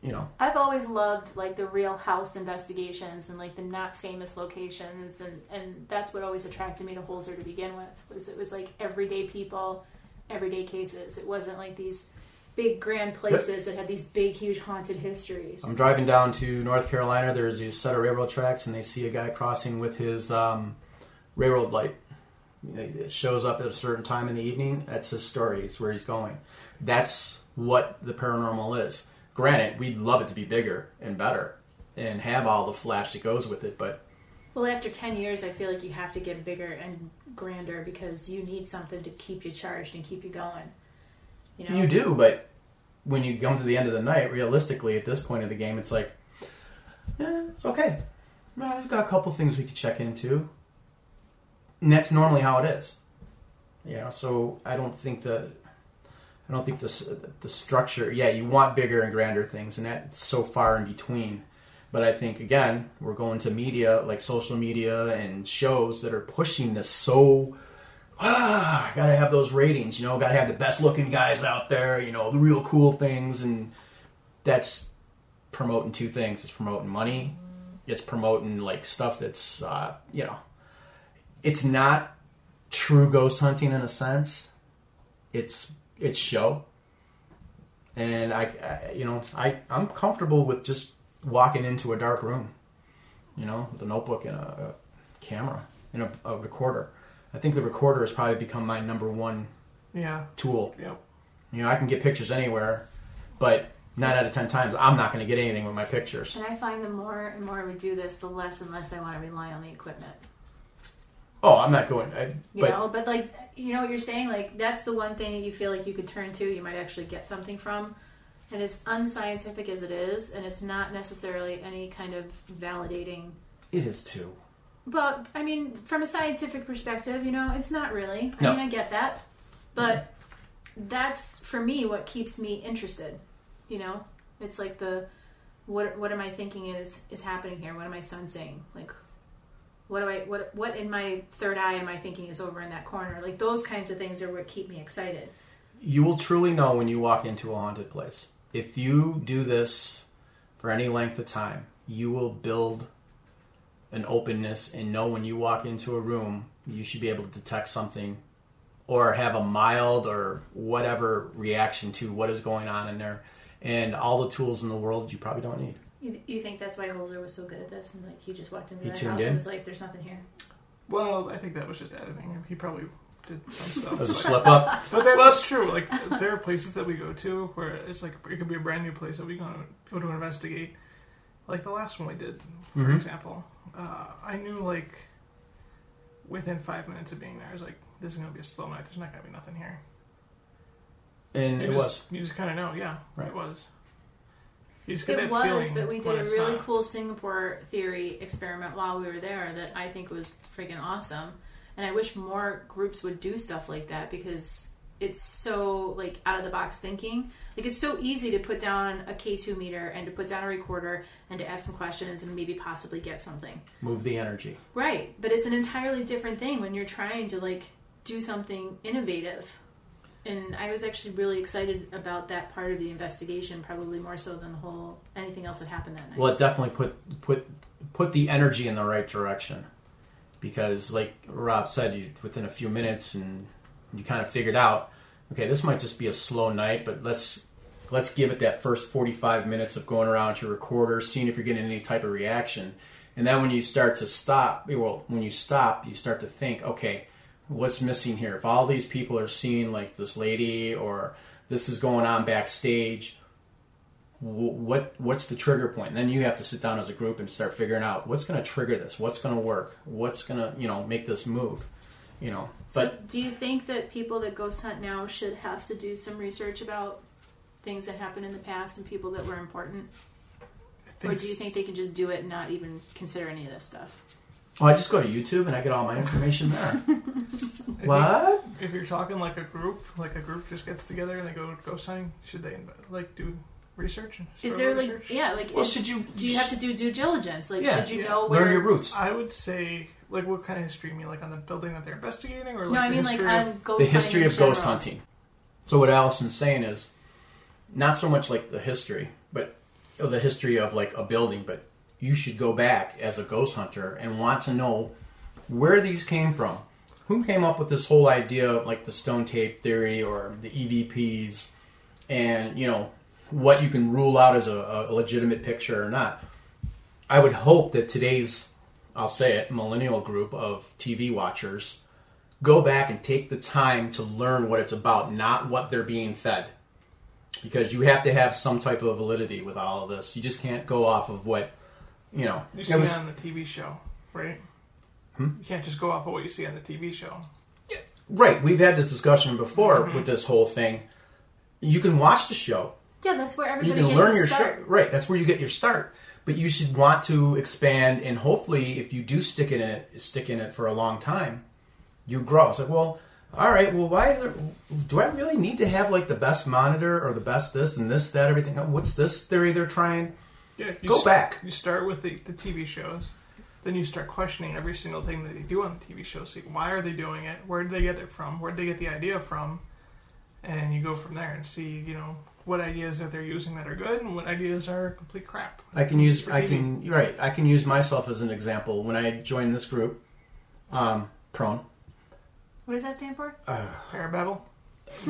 you know,
I've always loved like the Real House investigations and like the not famous locations, and and that's what always attracted me to Holzer to begin with. Was it was like everyday people, everyday cases. It wasn't like these big grand places that had these big huge haunted histories.
I'm driving down to North Carolina. There's these set of railroad tracks, and they see a guy crossing with his um, railroad light. It shows up at a certain time in the evening. That's his story. It's where he's going. That's what the paranormal is. Granted, we'd love it to be bigger and better and have all the flash that goes with it, but
Well, after 10 years, I feel like you have to get bigger and grander because you need something to keep you charged and keep you going. You know?
You do, but when you come to the end of the night, realistically, at this point of the game, it's like, eh, it's okay. Well, we've got a couple things we could check into. And that's normally how it is. You know, so I don't think the, I don't think the s- the structure. Yeah, you want bigger and grander things, and that's so far in between. But I think again, we're going to media like social media and shows that are pushing this so ah, gotta have those ratings, you know, gotta have the best looking guys out there, you know, the real cool things. And that's promoting two things it's promoting money, it's promoting like stuff that's, uh, you know, it's not true ghost hunting in a sense, it's, it's show. And I, I you know, I, I'm comfortable with just walking into a dark room, you know, with a notebook and a, a camera and a, a recorder. I think the recorder has probably become my number one
Yeah.
tool.
Yep.
You know, I can get pictures anywhere, but nine out of ten times, I'm not going to get anything with my pictures.
And I find the more and more we do this, the less and less I want to rely on the equipment.
Oh, I'm not going. I,
You
but
know? But, like, you know what you're saying? Like, that's the one thing that you feel like you could turn to, you might actually get something from. And as unscientific as it is, and it's not necessarily any kind of validating
it is too.
But I mean, from a scientific perspective, you know, it's not really. I
No.
mean, I get that, but that's for me what keeps me interested. You know, it's like the what what am I thinking is is happening here? What am I sensing? Like, what do I what what in my third eye am I thinking is over in that corner? Like those kinds of things are what keep me excited.
You will truly know when you walk into a haunted place. If you do this for any length of time, you will build an openness and know when you walk into a room, you should be able to detect something or have a mild or whatever reaction to what is going on in there. And all the tools in the world you probably don't need.
You, you think that's why Holzer was so good at this, and like he just walked into
He
that
tuned
house
in?
and was like, "There's nothing here."
Well, I think that was just editing. He probably did some stuff.
That was a
but-
slip up.
But that's just true. Like there are places that we go to where it's like it could be a brand new place that we go go to investigate. Like the last one we did, for
Mhm.
example, uh, I knew like within five minutes of being there, I was like, "This is gonna be a slow night. There's not gonna be nothing here."
And
You
it
just,
was.
You just kind of know, yeah.
Right.
It was. You just get
It
that
was,
feeling
but we
when
did a
it's
really
not.
cool Singapore theory experiment while we were there that I think was freaking awesome. And I wish more groups would do stuff like that because it's so like out of the box thinking. Like it's so easy to put down a K2 meter and to put down a recorder and to ask some questions and maybe possibly get something.
Move the energy.
Right, but it's an entirely different thing when you're trying to like do something innovative. And I was actually really excited about that part of the investigation, probably more so than the whole anything else that happened that night.
Well, it definitely put put put the energy in the right direction because, like Rob said, you within a few minutes and you kind of figured out, okay, this might just be a slow night, but let's Let's give it that first 45 minutes of going around your recorder, seeing if you're getting any type of reaction. And then when you start to stop, well, when you stop, you start to think, okay, what's missing here? If all these people are seeing like this lady or this is going on backstage, wh- what what's the trigger point? And then you have to sit down as a group and start figuring out what's going to trigger this, what's going to work, what's going to you know make this move, you know.
So,
But
do you think that people that ghost hunt now should have to do some research about things that happened in the past and people that were important,
I
or do you think they can just do it and not even consider any of this stuff?
oh, I just go to YouTube and I get all my information there.
I think
what?
If you're talking like a group, like a group just gets together and they go ghost hunting, should they inv- like do research? and
Is
sort
there
of
like,
research?
yeah, like,
Well,
is-
should you
do you have to do due diligence? Like,
Yeah,
should you
yeah.
know where?
learn your roots?
I would say like what kind of history? You mean like on the building that they're investigating, or like
no, I
the
mean like
history of-
on ghost
the history
hunting in
of ghost
general.
hunting. So what Allison's saying is not so much like the history, but or the history of like a building, but you should go back as a ghost hunter and want to know where these came from. Who came up with this whole idea of like the stone tape theory or the E EVPs and you know what you can rule out as a, a legitimate picture or not. I would hope that today's, I'll say it, millennial group of TV watchers go back and take the time to learn what it's about, not what they're being fed. Because you have to have some type of validity with all of this. You just can't go off of what, you know.
you
it
see
was-
it on the TV show, right? You can't just go off of what you see on the TV show.
right, we've had this discussion before
Mm-hmm.
with this whole thing. You can watch the show,
Yeah, that's where
you
everybody
can
gets
learn
to
your
start.
start. Right, that's where you get your start. But you should want to expand, and hopefully, if you do stick in it, stick in it for a long time, you grow. It's like, well, all right, well, why is it? Do I really need to have like the best monitor or the best this and this that everything? Oh, What's this theory they're trying?
Yeah, you
Go
s-
back.
You start with the, the TV shows, then you start questioning every single thing that they do on the TV show. See, why are they doing it? Where did they get it from? Where did they get the idea from? And you go from there and see, you know, what ideas that they're using that are good and what ideas are complete crap.
I can use
For
I
TV.
can you're right. I can use myself as an example when I joined this group. Um, prone.
What does that stand for?
Parababble,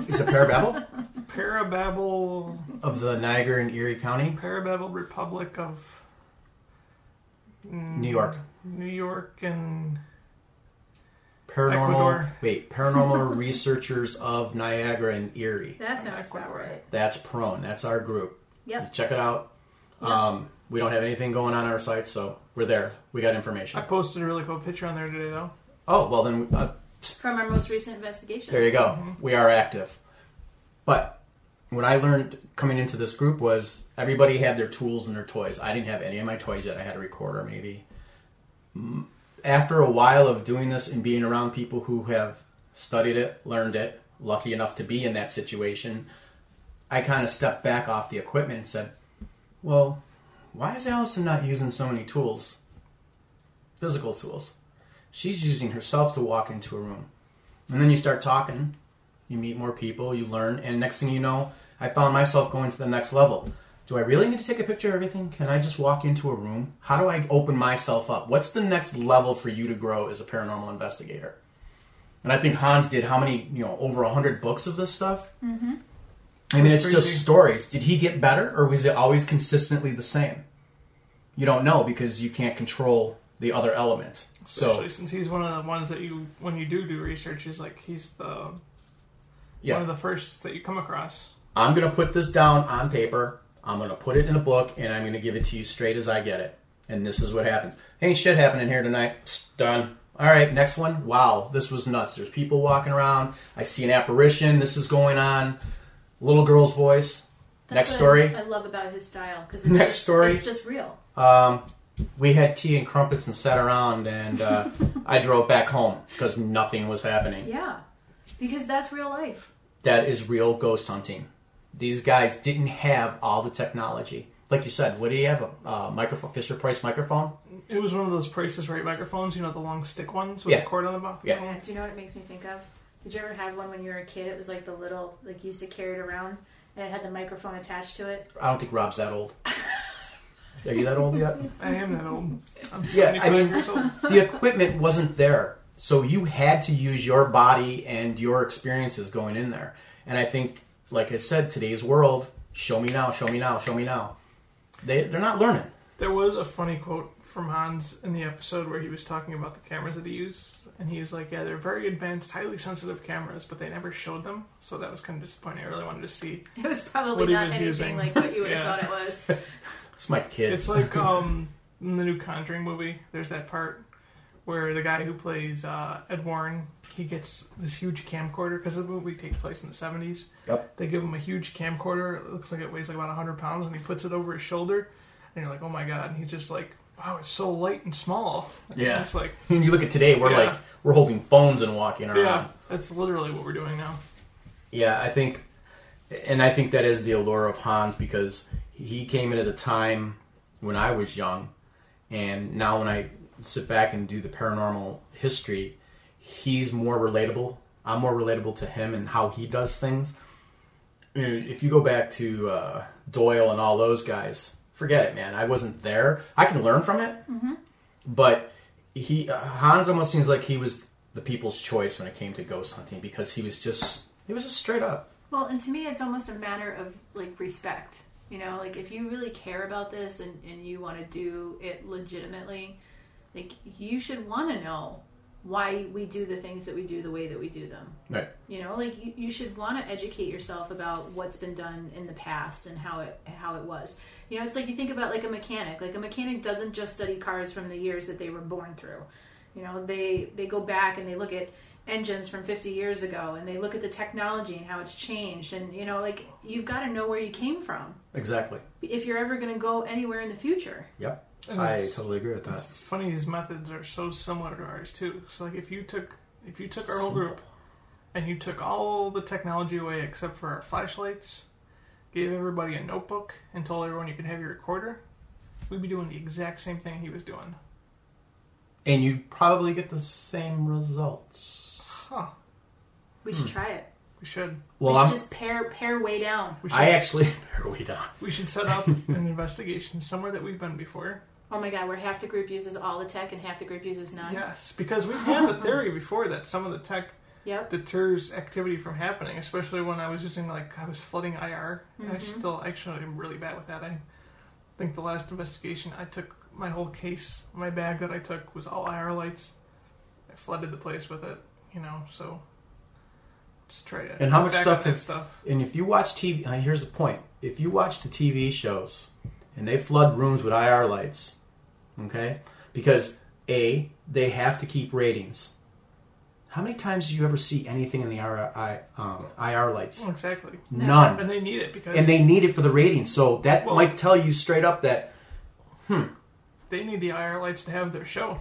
It's a parababble
parababble,
of the Niagara and Erie County,
parababble Republic of mm,
New York.
New York, and
Paranormal.
Ecuador.
Wait, paranormal researchers of Niagara and Erie.
That sounds about
Ecuador.
right.
That's prone. That's our group. You
Yep.
check it out. Um, we don't have anything going on our site, so we're there. We got information.
I posted a really cool picture on there today though.
Oh well, then uh,
From our most recent investigation.
there you go. We are active. But what I learned coming into this group was everybody had their tools and their toys. I didn't have any of my toys yet. I had a recorder, maybe. Mm, After a while of doing this and being around people who have studied it, learned it, lucky enough to be in that situation, I kind of stepped back off the equipment and said, Well, why is Allison not using so many tools? Physical tools. She's using herself to walk into a room. And then you start talking, you meet more people, you learn, and next thing you know, I found myself going to the next level. Do I really need to take a picture of everything? Can I just walk into a room? How do I open myself up? What's the next level for you to grow as a paranormal investigator? And I think Hans did how many, you know, over 100 books of this stuff? Mm-hmm. I mean, it's
That's crazy.
just stories. Did he get better or was it always consistently the same? You don't know because you can't control the other element. so,
Especially since he's one of the ones that you, when you do do research, is like he's the
yeah.
one of the first that you come across.
I'm going to put this down on paper. I'm going to put it in a book, and I'm going to give it to you straight as I get it. And this is what happens. Ain't shit happening here tonight. Psst, done. All right, next one. Wow, this was nuts. There's people walking around. I see an apparition. This is going on. Little girl's voice.
That's
next
what
story.
I, I love about his style because
Next
just,
story.
It's just real.
Um, we had tea and crumpets and sat around, and uh, I drove back home because nothing was happening.
Yeah, because that's real life.
that is real ghost hunting. These guys didn't have all the technology. Like you said, what do you have? A uh, microphone, Fisher Price microphone?
It was one of those prices right microphones, you know, the long stick ones with
Yeah.
the cord on the bottom.
Yeah.
Yeah, do you know what it makes me think of? Did you ever have one when you were a kid? It was like the little, like you used to carry it around, and it had the microphone attached to it.
I don't think Rob's that old. Are you that old yet?
I am that old. I'm
Yeah,
75
I mean-
years old.
the equipment wasn't there. So you had to use your body and your experiences going in there. And I think, like I said, today's world, show me now, show me now, show me now. They they're not learning.
There was a funny quote from Hans in the episode where he was talking about the cameras that he used, and he was like, "Yeah, they're very advanced, highly sensitive cameras, but they never showed them, so that was kind of disappointing. I really wanted to see.
It was probably
What he
not
was
anything
using.
like what you would
Yeah.
have thought it was.
It's my kid.
It's like um, in the new Conjuring movie. There's that part where the guy who plays uh, Ed Warren he gets this huge camcorder because the movie takes place in the 70s.
Yep.
They give him a huge camcorder. It looks like it weighs like about 100 pounds, and he puts it over his shoulder, and you're like, "Oh my god!" And he's just like, "Wow, it's so light and small." And
Yeah.
it's like.
And you look at today, we're
Yeah.
like we're holding phones and walking around.
Yeah, that's literally what we're doing now.
Yeah, I think, and I think that is the allure of Hans because he came in at a time when I was young, and now when I sit back and do the paranormal history, he's more relatable. I'm more relatable to him and how he does things. And If you go back to uh, Doyle and all those guys, forget it, man. I wasn't there. I can learn from it, but he uh, Hans almost seems like he was the people's choice when it came to ghost hunting because he was just he was just straight up.
Well, and to me, it's almost a matter of like respect. You know, like if you really care about this and, and you want to do it legitimately, like you should want to know why we do the things that we do the way that we do them.
Right.
You know, like you, you should want to educate yourself about what's been done in the past and how it how it was. You know, it's like you think about like a mechanic. Like a mechanic doesn't just study cars from the years that they were born through. You know, they they go back and they look at engines from 50 years ago and they look at the technology and how it's changed and you know, like you've got to know where you came from
Exactly.
if you're ever going to go anywhere in the future.
Yep.
And
I
it's-
totally agree with that.
It's funny his methods are so similar to ours too. So like if you took if you took our whole group and you took all the technology away except for our flashlights, gave everybody a notebook and told everyone you could have your recorder, we'd be doing the exact same thing he was doing.
And you probably get the same results.
Huh.
We should try it.
We should
Hmm. Well,
we should
I'm,
just pair pair way down.
we should
I actually are we down?
we should set up an investigation somewhere that we've been before.
Oh my god, where half the group uses all the tech and half the group uses none.
Yes, because we've had the theory before that some of the tech
Yep.
deters activity from happening, especially when I was using like I was flooding IR. and I still actually am really bad with that. I think the last investigation I took my whole case, my bag that I took was all IR lights. I flooded the place with it, you know. So just try to
And how
cut
much
back
stuff
on that
is-
stuff?
And if you watch TV, uh, here's the point: if you watch the TV shows, and they flood rooms with IR lights, okay, because a they have to keep ratings. How many times do you ever see anything in the IR, I, um, IR lights?
Exactly,
No.
None.
and they need it because
and they need it for the ratings. So that
Well-
might tell you straight up that
they need the IR lights to have their show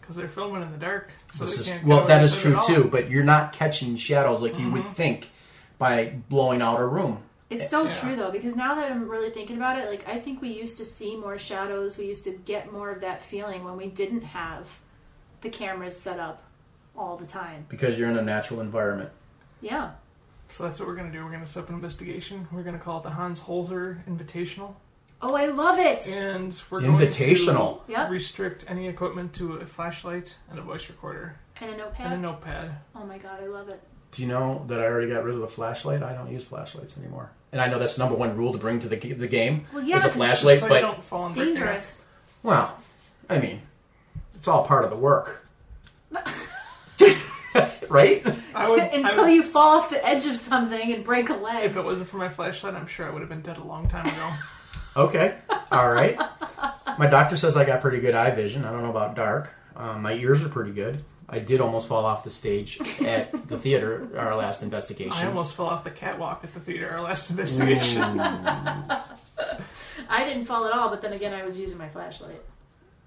because they're filming in the dark, so
this
they
is
can't. go
well,
in
that
and
is
put
true
it on.
too. But you're not catching shadows like you
Mm-hmm.
would think by blowing out a room.
It's so
Eh, Yeah.
true though, because now that I'm really thinking about it, like I think we used to see more shadows. We used to get more of that feeling when we didn't have the cameras set up all the time.
Because you're in a natural environment.
Yeah.
So that's what we're gonna do. We're gonna set up an investigation. We're gonna call it the Hans Holzer Invitational,
Oh, I love it.
and we're
Invitational.
going to
Yep.
restrict any equipment to a flashlight and a voice recorder
And a
and a
notepad.
notepad.
Oh my god, I love it.
Do you know that I already got rid of the flashlight? I don't use flashlights anymore. And I know that's the number one rule to bring to the, g- the game.
Well, yeah,
is a
'cause
flashlight,
Just so you
but
don't fall
It's
under
dangerous.
well, I mean, it's all part of the work, right?
Yeah. I would, I
Until
would-
you fall off the edge of something and break a leg.
If it wasn't for my flashlight, I'm sure I would have been dead a long time ago.
Okay, all right. My doctor says I got pretty good eye vision. I don't know about dark. Um, my ears are pretty good. I did almost fall off the stage at the theater our last investigation.
I almost fell off the catwalk at the theater our last investigation.
I didn't fall at all, but then again, I was using my flashlight.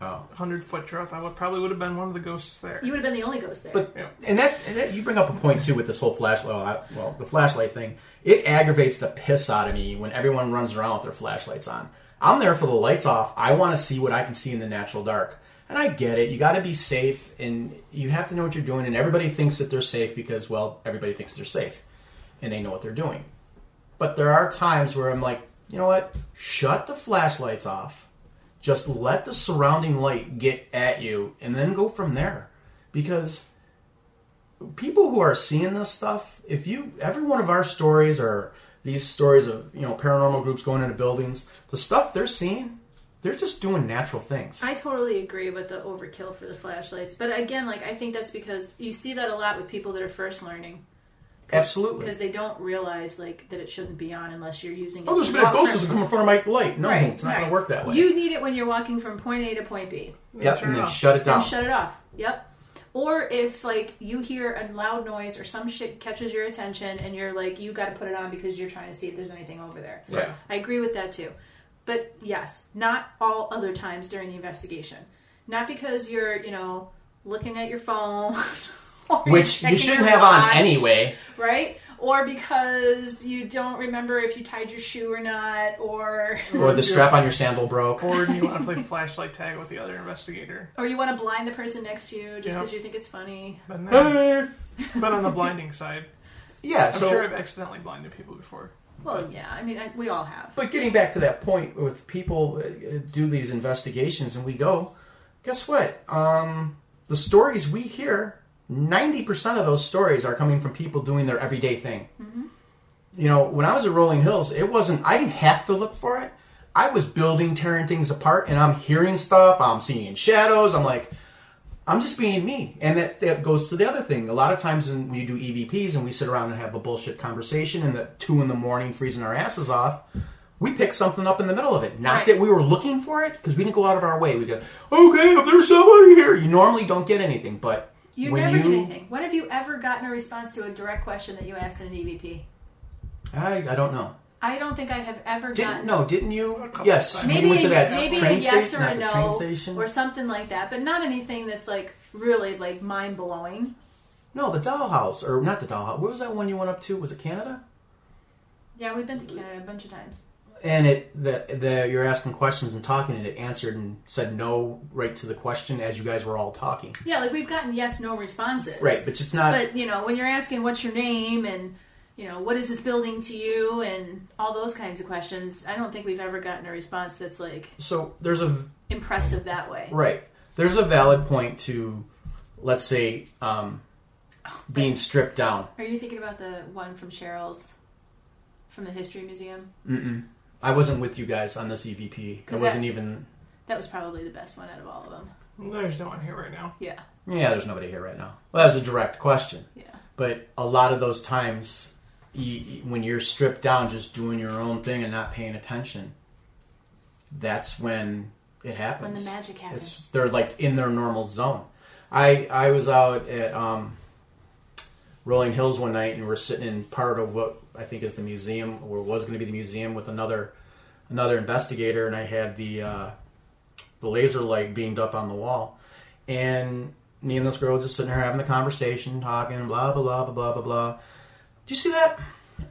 Oh.
Hundred foot drop. I would probably would have been one of the ghosts there.
You would have been the only ghost there.
But
Yeah.
and that, and that you bring up a point too with this whole flashlight. Well, I, well, the flashlight thing it aggravates the piss out of me when everyone runs around with their flashlights on. I'm there for the lights off. I want to see what I can see in the natural dark. And I get it. You got to be safe, and you have to know what you're doing. And everybody thinks that they're safe because, well, everybody thinks they're safe, and they know what they're doing. But there are times where I'm like, you know what? Shut the flashlights off. Just let the surrounding light get at you, and then go from there. Because people who are seeing this stuff, if you every one of our stories or these stories of you know paranormal groups going into buildings, the stuff they're seeing, they're just doing natural things.
I totally agree with the overkill for the flashlights, but again, like I think that's because you see that a lot with people that are first learning
Absolutely.
because they don't realize like that it shouldn't be on unless you're using it.
Oh, there's
to
been a
walk
ghost
from-
that's come in front of my light. No,
Right,
it's not going
right.
to work that way.
You need it when you're walking from point A to point B.
yep,
Turn
and
it
then
off.
shut it down.
And shut it off. Yep. Or if like you hear a loud noise or some shit catches your attention and you're like you got to put it on because you're trying to see if there's anything over there.
Yeah.
I agree with that too. But yes, not all other times during the investigation. Not because you're, you know, looking at your phone or you're
Which you
checking
shouldn't
your
have
watch,
on anyway.
right? Or because you don't remember if you tied your shoe or not or
Or the strap on your sandal broke.
Or do you want to play flashlight tag with the other investigator?
or you want to blind the person next to you just
Yeah.
because you think it's funny.
But, then,
Hey!
but on the blinding side,
Yeah,
I'm
so
sure I've accidentally blinded people before.
Well, yeah, I mean, I, we all have.
But getting back to that point with people uh, uh, do these investigations and we go, guess what? Um, the stories we hear, 90% of those stories are coming from people doing their everyday thing. You know, when I was at Rolling Hills, it wasn't, I didn't have to look for it. I was building, tearing things apart, and I'm hearing stuff, I'm seeing shadows, I'm like, I'm just being me. And that, that goes to the other thing. A lot of times when you do EVPs and we sit around and have a bullshit conversation and the two in the morning freezing our asses off, we pick something up in the middle of it. Not
Right.
that we were looking for it, because we didn't go out of our way. We go, okay, if there's somebody here. You normally don't get anything, but
You
when
never
you,
get anything. When have you ever gotten a response to a direct question that you asked in an EVP?
I, I don't know.
I don't think I have ever
Didn't
gotten.
no? Didn't
A
you?
couple
Yes,
times.
when
Maybe,
you went to that
maybe
train
a yes
station,
or a
not the train
no,
station.
or something like that, but not anything that's like really like mind blowing.
No, the dollhouse, or not the dollhouse. Where was that one you went up to? Was it Canada?
Yeah, we've been to Canada a bunch of times.
And it the the you're asking questions and talking, and it answered and said no right to the question as you guys were all talking.
Yeah, like we've gotten yes no responses.
Right, but it's not.
But you know, when you're asking what's your name and you know what is this building to you and all those kinds of questions, I don't think we've ever gotten a response that's like
so there's a
impressive that way.
right. There's a valid point to, let's say, um, being stripped down.
Are you thinking about the one from Cheryl's from the History Museum?
Mm-mm. I wasn't with you guys on this EVP. I
Cause that-
wasn't even.
That was probably the best one out of all of them.
There's no one here right now.
Yeah,
Yeah, there's nobody here right now. Well, that was a direct question.
yeah.
but a lot of those times y y- when you're stripped down just doing your own thing and not paying attention that's when it happens
When the magic happens.
it's, they're like in their normal zone i i was out at um rolling hills one night and we're sitting in part of what i think is the museum or was going to be the museum with another another investigator and i had the uh the laser light beamed up on the wall and me and this girl were just sitting there having the conversation, talking, blah blah blah blah blah blah blah. Did you see that?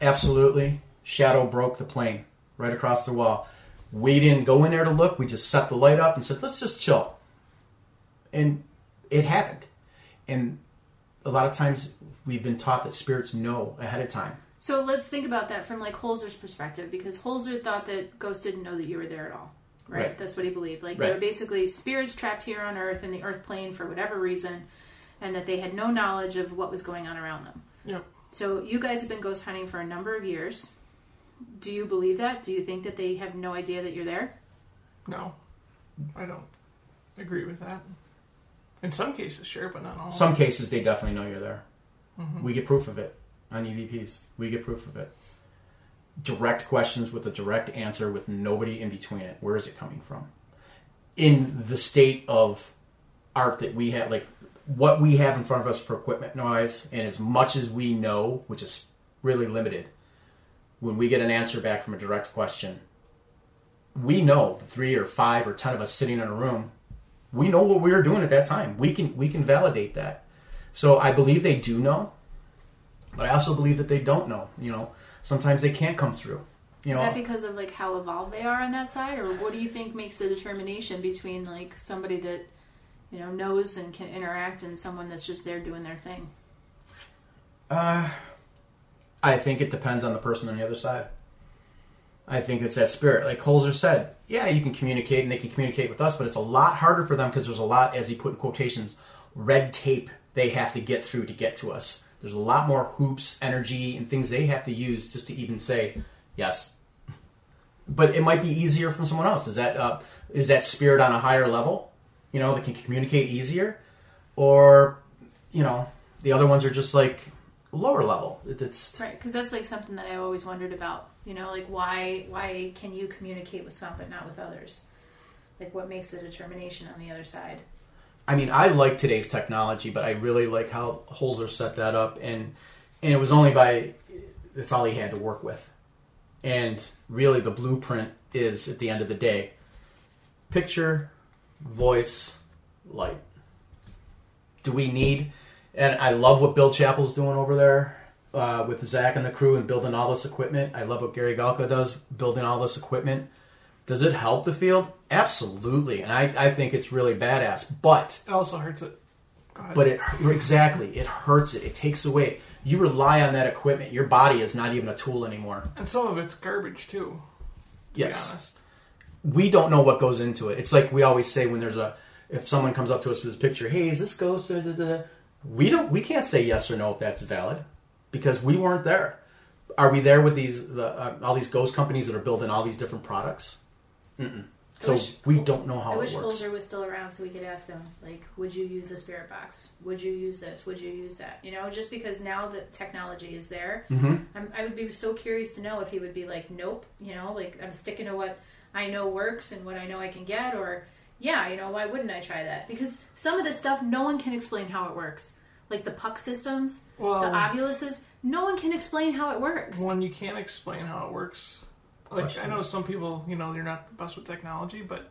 Absolutely. Shadow broke the plane right across the wall. We didn't go in there to look. We just set the light up and said, "Let's just chill." And it happened. And a lot of times we've been taught that spirits know ahead of time.
So let's think about that from like Holzer's perspective, because Holzer thought that ghosts didn't know that you were there at all. Right?
Right.
That's what he believed. Like
Right.
they were basically spirits trapped here on Earth in the Earth plane for whatever reason, and that they had no knowledge of what was going on around them.
Yep.
So you guys have been ghost hunting for a number of years. Do you believe that? Do you think that they have no idea that you're there?
No, I don't agree with that. In some cases, sure, but not all.
Some cases they definitely know you're there. We get proof of it on EVPs. We get proof of it. Direct questions with a direct answer with nobody in between it. Where is it coming from? In the state of art that we have, like what we have in front of us for equipment noise, and as much as we know, which is really limited, when we get an answer back from a direct question, we know three or five or ten of us sitting in a room we know what we were doing at that time. We can we can validate that. So I believe they do know, but I also believe that they don't know. You know, sometimes they can't come through. You
Is
know,
that because of like how evolved they are on that side, or what do you think makes the determination between like somebody that you know knows and can interact and someone that's just there doing their thing?
uh, I think it depends on the person on the other side. I think it's that spirit. Like Holzer said, yeah, you can communicate and they can communicate with us, but it's a lot harder for them because there's a lot, as he put in quotations, red tape they have to get through to get to us. There's a lot more hoops, energy, and things they have to use just to even say yes. But it might be easier from someone else. Is that uh, is that spirit on a higher level? You know, that can communicate easier, or you know, the other ones are just like lower level. It- It's
Right, because that's like something that I always wondered about. You know, like why why can you communicate with some but not with others? Like what makes the determination on the other side?
I mean, I like today's technology, but I really like how Holzer set that up, and and it was only by that's all he had to work with, and really the blueprint is at the end of the day, picture, voice, light. Do we need? And I love what Bill Chappell's doing over there uh, with Zach and the crew and building all this equipment. I love what Gary Galco does building all this equipment. Does it help the field? Absolutely, and I, I think it's really badass. But
It also hurts it. Go ahead.
but it exactly it hurts it. It takes away. You rely on that equipment. Your body is not even a tool anymore.
and some of it's garbage too. To Be
Yes,
honest.
we don't know what goes into it. It's like we always say when there's a if someone comes up to us with a picture, hey, is this ghost? Da, da, da. We don't we can't say yes or no if that's valid because we weren't there. Are we there with these the, uh, all these ghost companies that are building all these different products?
I
Mm-mm. So
wish-
we don't know how
I
it
wish
works.
Holzer was still around so we could ask him, like, would you use the spirit box? Would you use this? Would you use that? You know, just because now the technology is there,
Mhm.
I'm, I would be so curious to know if he would be like, nope, you know, like I'm sticking to what I know works and what I know I can get, or yeah, you know, why wouldn't I try that? Because some of this stuff, no one can explain how it works. Like the puck systems,
Well,
the
Oh.
ovuluses, no one can explain how it works.
One, you can't explain how it works. Like
Question.
I know some people, you know, they're not the best with technology, but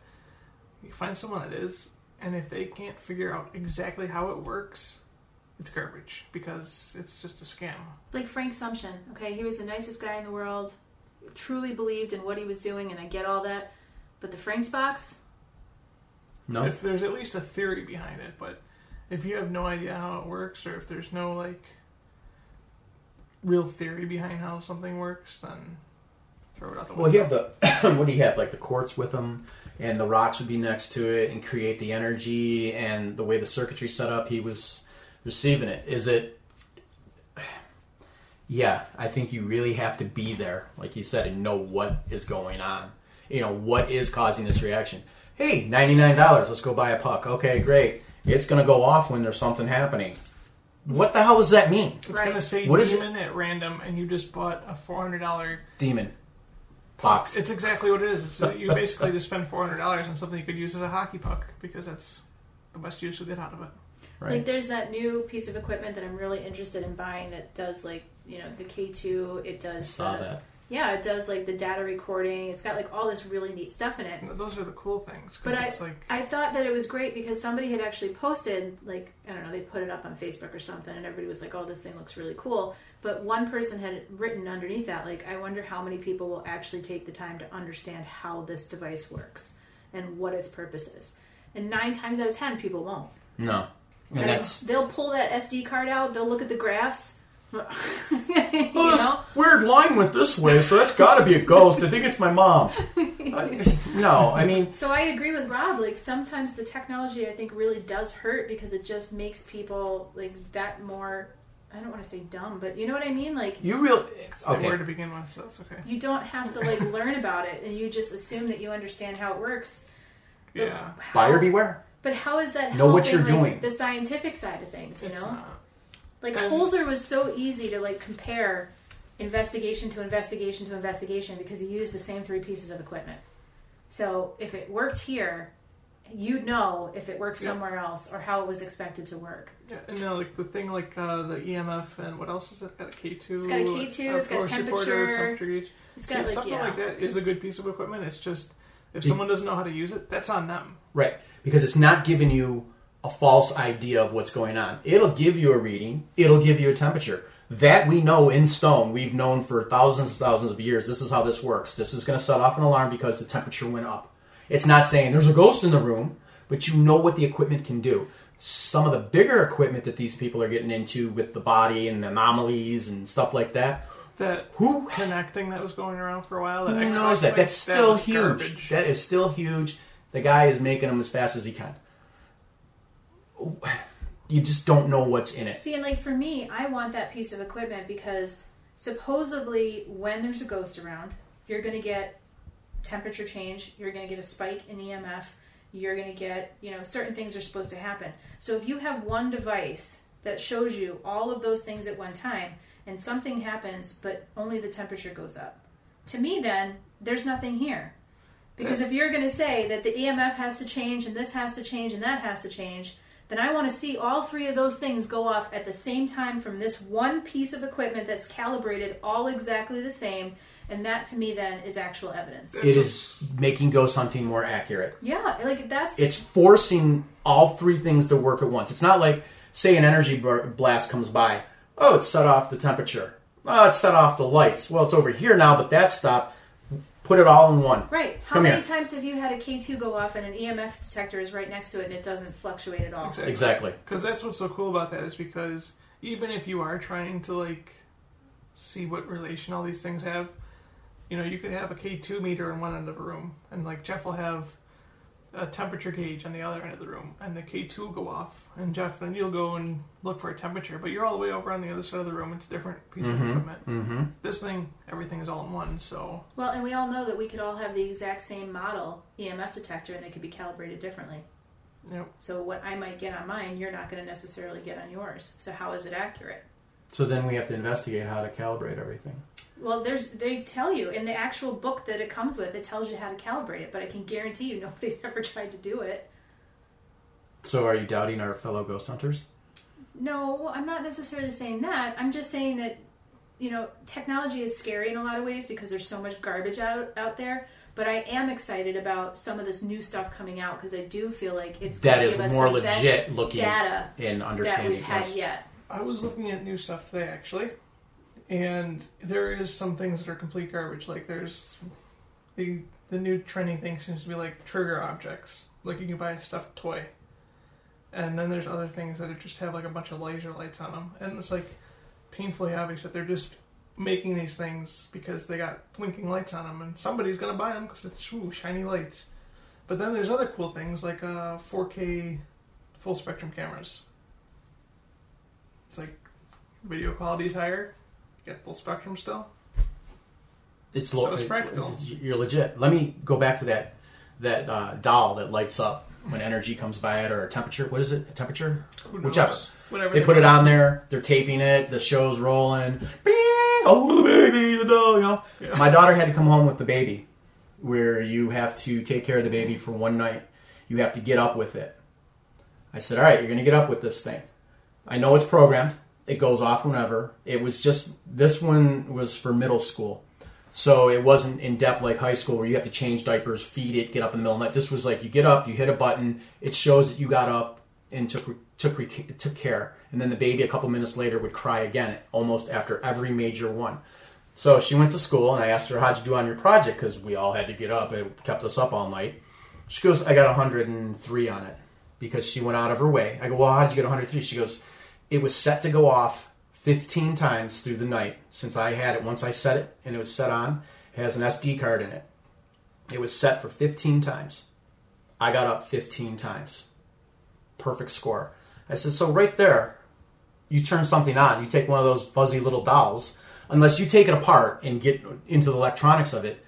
you find someone that is, and if they can't figure out exactly how it works, it's garbage because it's just a scam.
like Frank Sumption, okay, he was the nicest guy in the world, truly believed in what he was doing, and I get all that. But the Frank's box,
No,
If there's at least a theory behind it, but if you have no idea how it works, or if there's no like real theory behind how something works, then throw it out the window.
Well, you have the what do you have? Like the quartz with them, and the rocks would be next to it, and create the energy and the way the circuitry set up. He was receiving it. Is it? Yeah, I think you really have to be there, like you said, and know what is going on. You know what is causing this reaction. Hey, ninety nine dollars. Let's go buy a puck. Okay, great. It's gonna go off when there's something happening. What the hell does that mean,
It's
Right.
gonna say
What is it?
demon at random, and you just bought a four hundred dollar
demon? Box.
It's exactly what it is. So you basically just spend four hundred dollars on something you could use as a hockey puck because that's the best use you get out of it.
like
Right.
there's that new piece of equipment that I'm really interested in buying that does like you know the K2, it does
I saw
the-
that.
yeah, it does like the data recording. It's got like all this really neat stuff in it.
And those are the cool things because
But
it's like
I thought that it was great because somebody had actually posted, like, I don't know, they put it up on Facebook or something, and everybody was like, oh, this thing looks really cool. But one person had written underneath that, like, I wonder how many people will actually take the time to understand how this device works and what its purpose is. And nine times out of ten, people won't.
No, and
Right?
that's
They'll pull that SD card out, they'll look at the graphs. you
Oh, this
know?
weird line went this way, so that's got to be a ghost. I think it's my mom. I- no, I mean,
So I agree with Rob. Like sometimes the technology I think really does hurt because it just makes people like that more. I don't want to say dumb, but you know what I mean. Like
you real
it's okay.
okay?
to begin with, so that's okay.
you don't have to like learn about it, and you just assume that you understand how it works. But
Yeah,
how-
Buyer beware.
But how is that
Know what
helping,
you're
like,
doing.
The scientific side of things, you
it's
know.
not.
Like
And-
Holzer was so easy to like compare investigation to investigation to investigation because he used the same three pieces of equipment. So if it worked here, you'd know if it worked
Yeah.
somewhere else or how it was expected to work.
Yeah, and now like the thing like uh, the EMF and what else is it? Got a K two.
It's got a K2, it's got temperature.
temperature gauge.
It's
See,
got like
something
yeah.
like that is a good piece of equipment. It's just if
Yeah.
someone doesn't know how to use it, that's on them.
Right, because it's not giving you a false idea of what's going on. It'll give you a reading, it'll give you a temperature. That we know in stone, we've known for thousands and thousands of years. This is how this works. This is going to set off an alarm because the temperature went up. It's not saying there's a ghost in the room, but you know what the equipment can do. Some of the bigger equipment that these people are getting into with the body and anomalies and stuff like that,
That
who
connecting that was going around for a while. That
who
Xbox
knows that?
link,
That's still
was
huge.
garbage.
That is still huge. The guy is making them as fast as he can. you just don't know what's in it.
See, and like for me, I want that piece of equipment because supposedly when there's a ghost around, you're going to get temperature change, you're going to get a spike in E EMF, you're going to get, you know, certain things are supposed to happen. So if you have one device that shows you all of those things at one time and something happens, but only the temperature goes up, to me then, there's nothing here. Because if you're going to say that the EMF has to change and this has to change and that has to change, then I want to see all three of those things go off at the same time from this one piece of equipment that's calibrated all exactly the same. And that to me then is actual evidence.
It is making ghost hunting more accurate.
Yeah, like that's
It's forcing all three things to work at once. It's not like, say, an energy br- blast comes by. Oh, it set off the temperature. Oh, it set off the lights. Well, it's over here now, but that stopped. Put it all in one.
right. How
Come
many
here.
times have you had a K2 go off and an EMF detector is right next to it and it doesn't fluctuate at all?
Exactly.
Exactly.
Because that's what's so cool about that is because even if you are trying to like see what relation all these things have, you know, you could have a K two meter in one end of a room, and like Jeff will have a temperature gauge on the other end of the room, and the K two will go off, and Jeff then you'll go and look for a temperature, but you're all the way over on the other side of the room. It's a different piece of equipment.
Mm-hmm.
This thing, everything is all in one. So
Well, and we all know that we could all have the exact same model EMF detector and they could be calibrated differently.
you know,
So what I might get on mine, you're not going to necessarily get on yours. So how is it accurate?
So then we have to investigate how to calibrate everything.
Well, there's they tell you in the actual book that it comes with, it tells you how to calibrate it, but I can guarantee you nobody's ever tried to do it.
So are you doubting our fellow ghost hunters?
No, I'm not necessarily saying that. I'm just saying that you know, technology is scary in a lot of ways because there's so much garbage out out there, but I am excited about some of this new stuff coming out because I do feel like it's
That
gonna
is
give us
more
the best
legit looking
data
in
that
understanding
we've had
yes.
yet.
I was looking at new stuff today actually, and there is some things that are complete garbage. Like there's the the new trending thing seems to be like trigger objects. Like you can buy a stuffed toy, and then there's other things that just have like a bunch of laser lights on them, and it's like painfully obvious that they're just making these things because they got blinking lights on them, and somebody's gonna buy them because it's ooh, shiny lights. But then there's other cool things like uh, 4K full spectrum cameras. It's like video quality's higher. You get full spectrum still.
It's,
So
lo-
it's practical.
You're legit. Let me go back to that that uh, doll that lights up when energy comes by it or a temperature. What is it? A temperature?
Who knows?
Whichever.
Whatever.
They put it on there. They're taping it. The show's rolling. Bing! Oh, the baby, the doll. You know.
Yeah.
My daughter had to come home with the baby, where you have to take care of the baby for one night. You have to get up with it. I said, "All right, you're going to get up with this thing. I know it's programmed. It goes off whenever. It was just this one was for middle school." So it wasn't in depth like high school where you have to change diapers, feed it, get up in the middle of the night. This was like you get up, you hit a button, it shows that you got up and took took took care, and then the baby a couple minutes later would cry again, almost after every major one. So she went to school, and I asked her how'd you do on your project because we all had to get up. It kept us up all night. She goes, I got 103 on it because she went out of her way. I go, well, how'd you get 103? She goes, it was set to go off 15 times through the night since I had it. Once I set it and it was set on, it has an SD card in it. It was set for 15 times. I got up 15 times. Perfect score. I said, so right there, you turn something on. You take one of those fuzzy little dolls. Unless you take it apart and get into the electronics of it,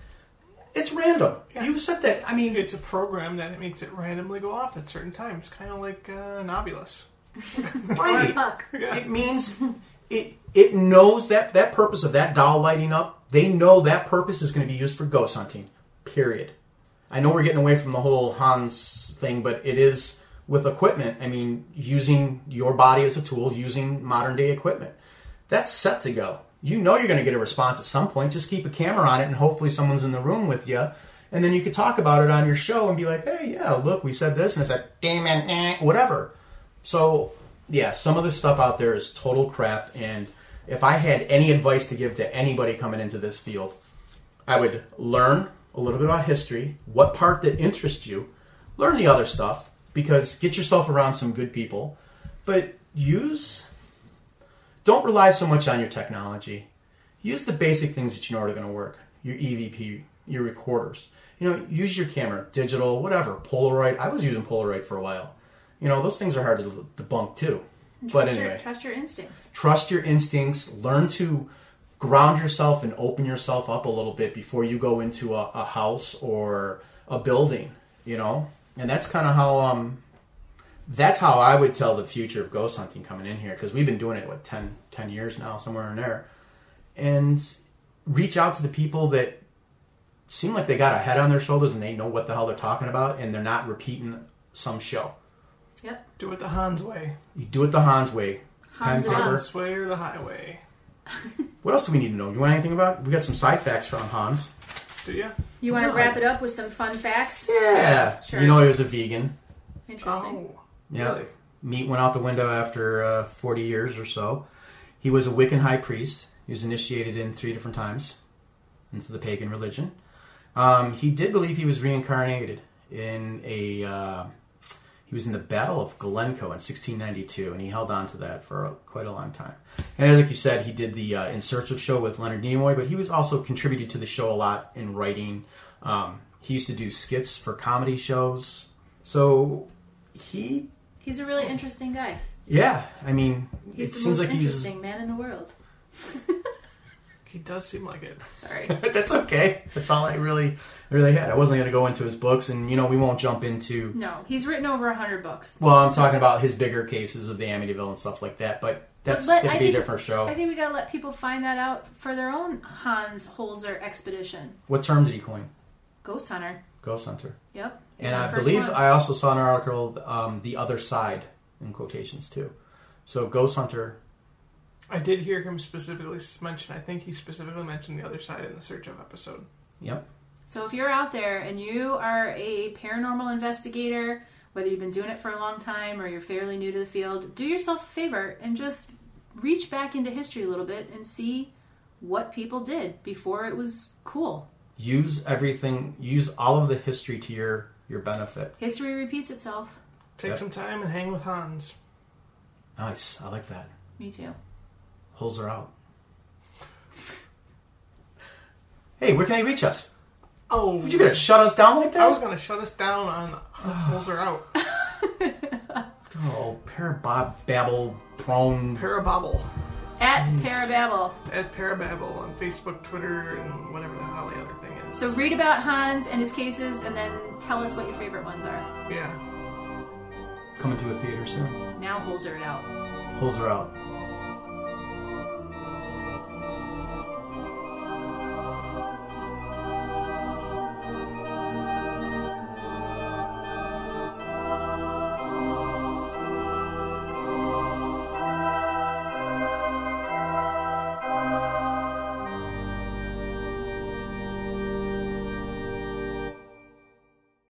it's random. You set that. I mean,
It's a program that it makes it randomly go off at certain times, kind of like uh, Nobulus.
What
right.
the fuck?
Yeah.
It means it it knows that that purpose of that doll lighting up. They know that purpose is going to be used for ghost hunting. Period. I know we're getting away from the whole Hans thing, but it is with equipment. I mean, using your body as a tool, using modern day equipment. That's set to go. You know you're going to get a response at some point. Just keep a camera on it, and hopefully someone's in the room with you. And then you could talk about it on your show and be like, "Hey, yeah, look, we said this," and it's like, "Damn it, eh," whatever." So, yeah, some of the stuff out there is total crap. And if I had any advice to give to anybody coming into this field, I would learn a little bit about history, what part that interests you, learn the other stuff, because get yourself around some good people. But use, don't rely so much on your technology. Use the basic things that you know are going to work your EVP, your recorders. You know, use your camera, digital, whatever, Polaroid. I was using Polaroid for a while you know those things are hard to debunk too
And
But
trust your,
anyway.
trust your instincts.
trust your instincts learn to ground yourself and open yourself up a little bit before you go into a, a house or a building you know and that's kind of how um that's how i would tell the future of ghost hunting coming in here because we've been doing it what 10 10 years now somewhere in there and reach out to the people that seem like they got a head on their shoulders and they know what the hell they're talking about and they're not repeating some show
Yep.
Do it the Hans way.
you do it the hans way
Hans
Pen,
it up.
paper.
Hans way or the highway.
What else do we need to know? You want anything about? We got some side facts from Hans.
Do ya?
You want to
No.
wrap it up with some fun facts?
Yeah.
Sure.
You know Oh. he was a vegan.
Interesting.
Yeah.
Oh, Really?
Meat went out the window after uh, 40 years or so. He was a Wiccan high priest. He was initiated in three different times into the pagan religion. Um, he did believe he was reincarnated in a. Uh, he was in the Battle of Glencoe in 1692, and he held on to that for a- quite a long time. And as like you said, he did the uh, In Search of show with Leonard Nimoy, but he was also contributed to the show a lot in writing. Um, he used to do skits for comedy shows, so he
He's a really interesting guy.
yeah, I mean,
He's
it
the
seems like
most
he's.
interesting man in the world.
He does seem like it.
Sorry.
That's okay. That's all I really, really had. I wasn't going to go into his books, and you know, we won't jump into.
No, he's written over a hundred books.
Well, I'm talking about his bigger cases of the Amityville and stuff like that, but that's
But- but
going to
I
be a
think-
different show.
I think we gotta let people find that out for their own Hans Holzer expedition.
What term did he coin?
Ghost hunter.
Ghost hunter.
Yep. It was
And
the
I
first
believe
one.
I also saw an article, um, "The Other Side" in quotations too. So, ghost hunter.
I did hear him specifically s- mention, I think he specifically mentioned the other side in the search of episode.
Yep.
So if you're out there and you are a paranormal investigator, whether you've been doing it for a long time or you're fairly new to the field, do yourself a favor and just reach back into history a little bit and see what people did before it was cool.
Use everything. Use all of the history to your your benefit.
History repeats itself.
Take
Yep.
some time and hang with Hans.
Nice. I like that.
Me too.
Holes are out. Hey, where can they reach us?
Oh,
You gonna shut us down like that?
I was going to shut us down on Holes Are Out.
Oh, parabob babble prone.
Parababble.
At
Jeez.
Parababble.
At Parababble on Facebook, Twitter, and whatever the hell the other thing is.
So read about Hans and his cases and then tell us what your favorite ones are.
yeah.
Coming to a theater soon.
Now Holzer it out.
Holes are out.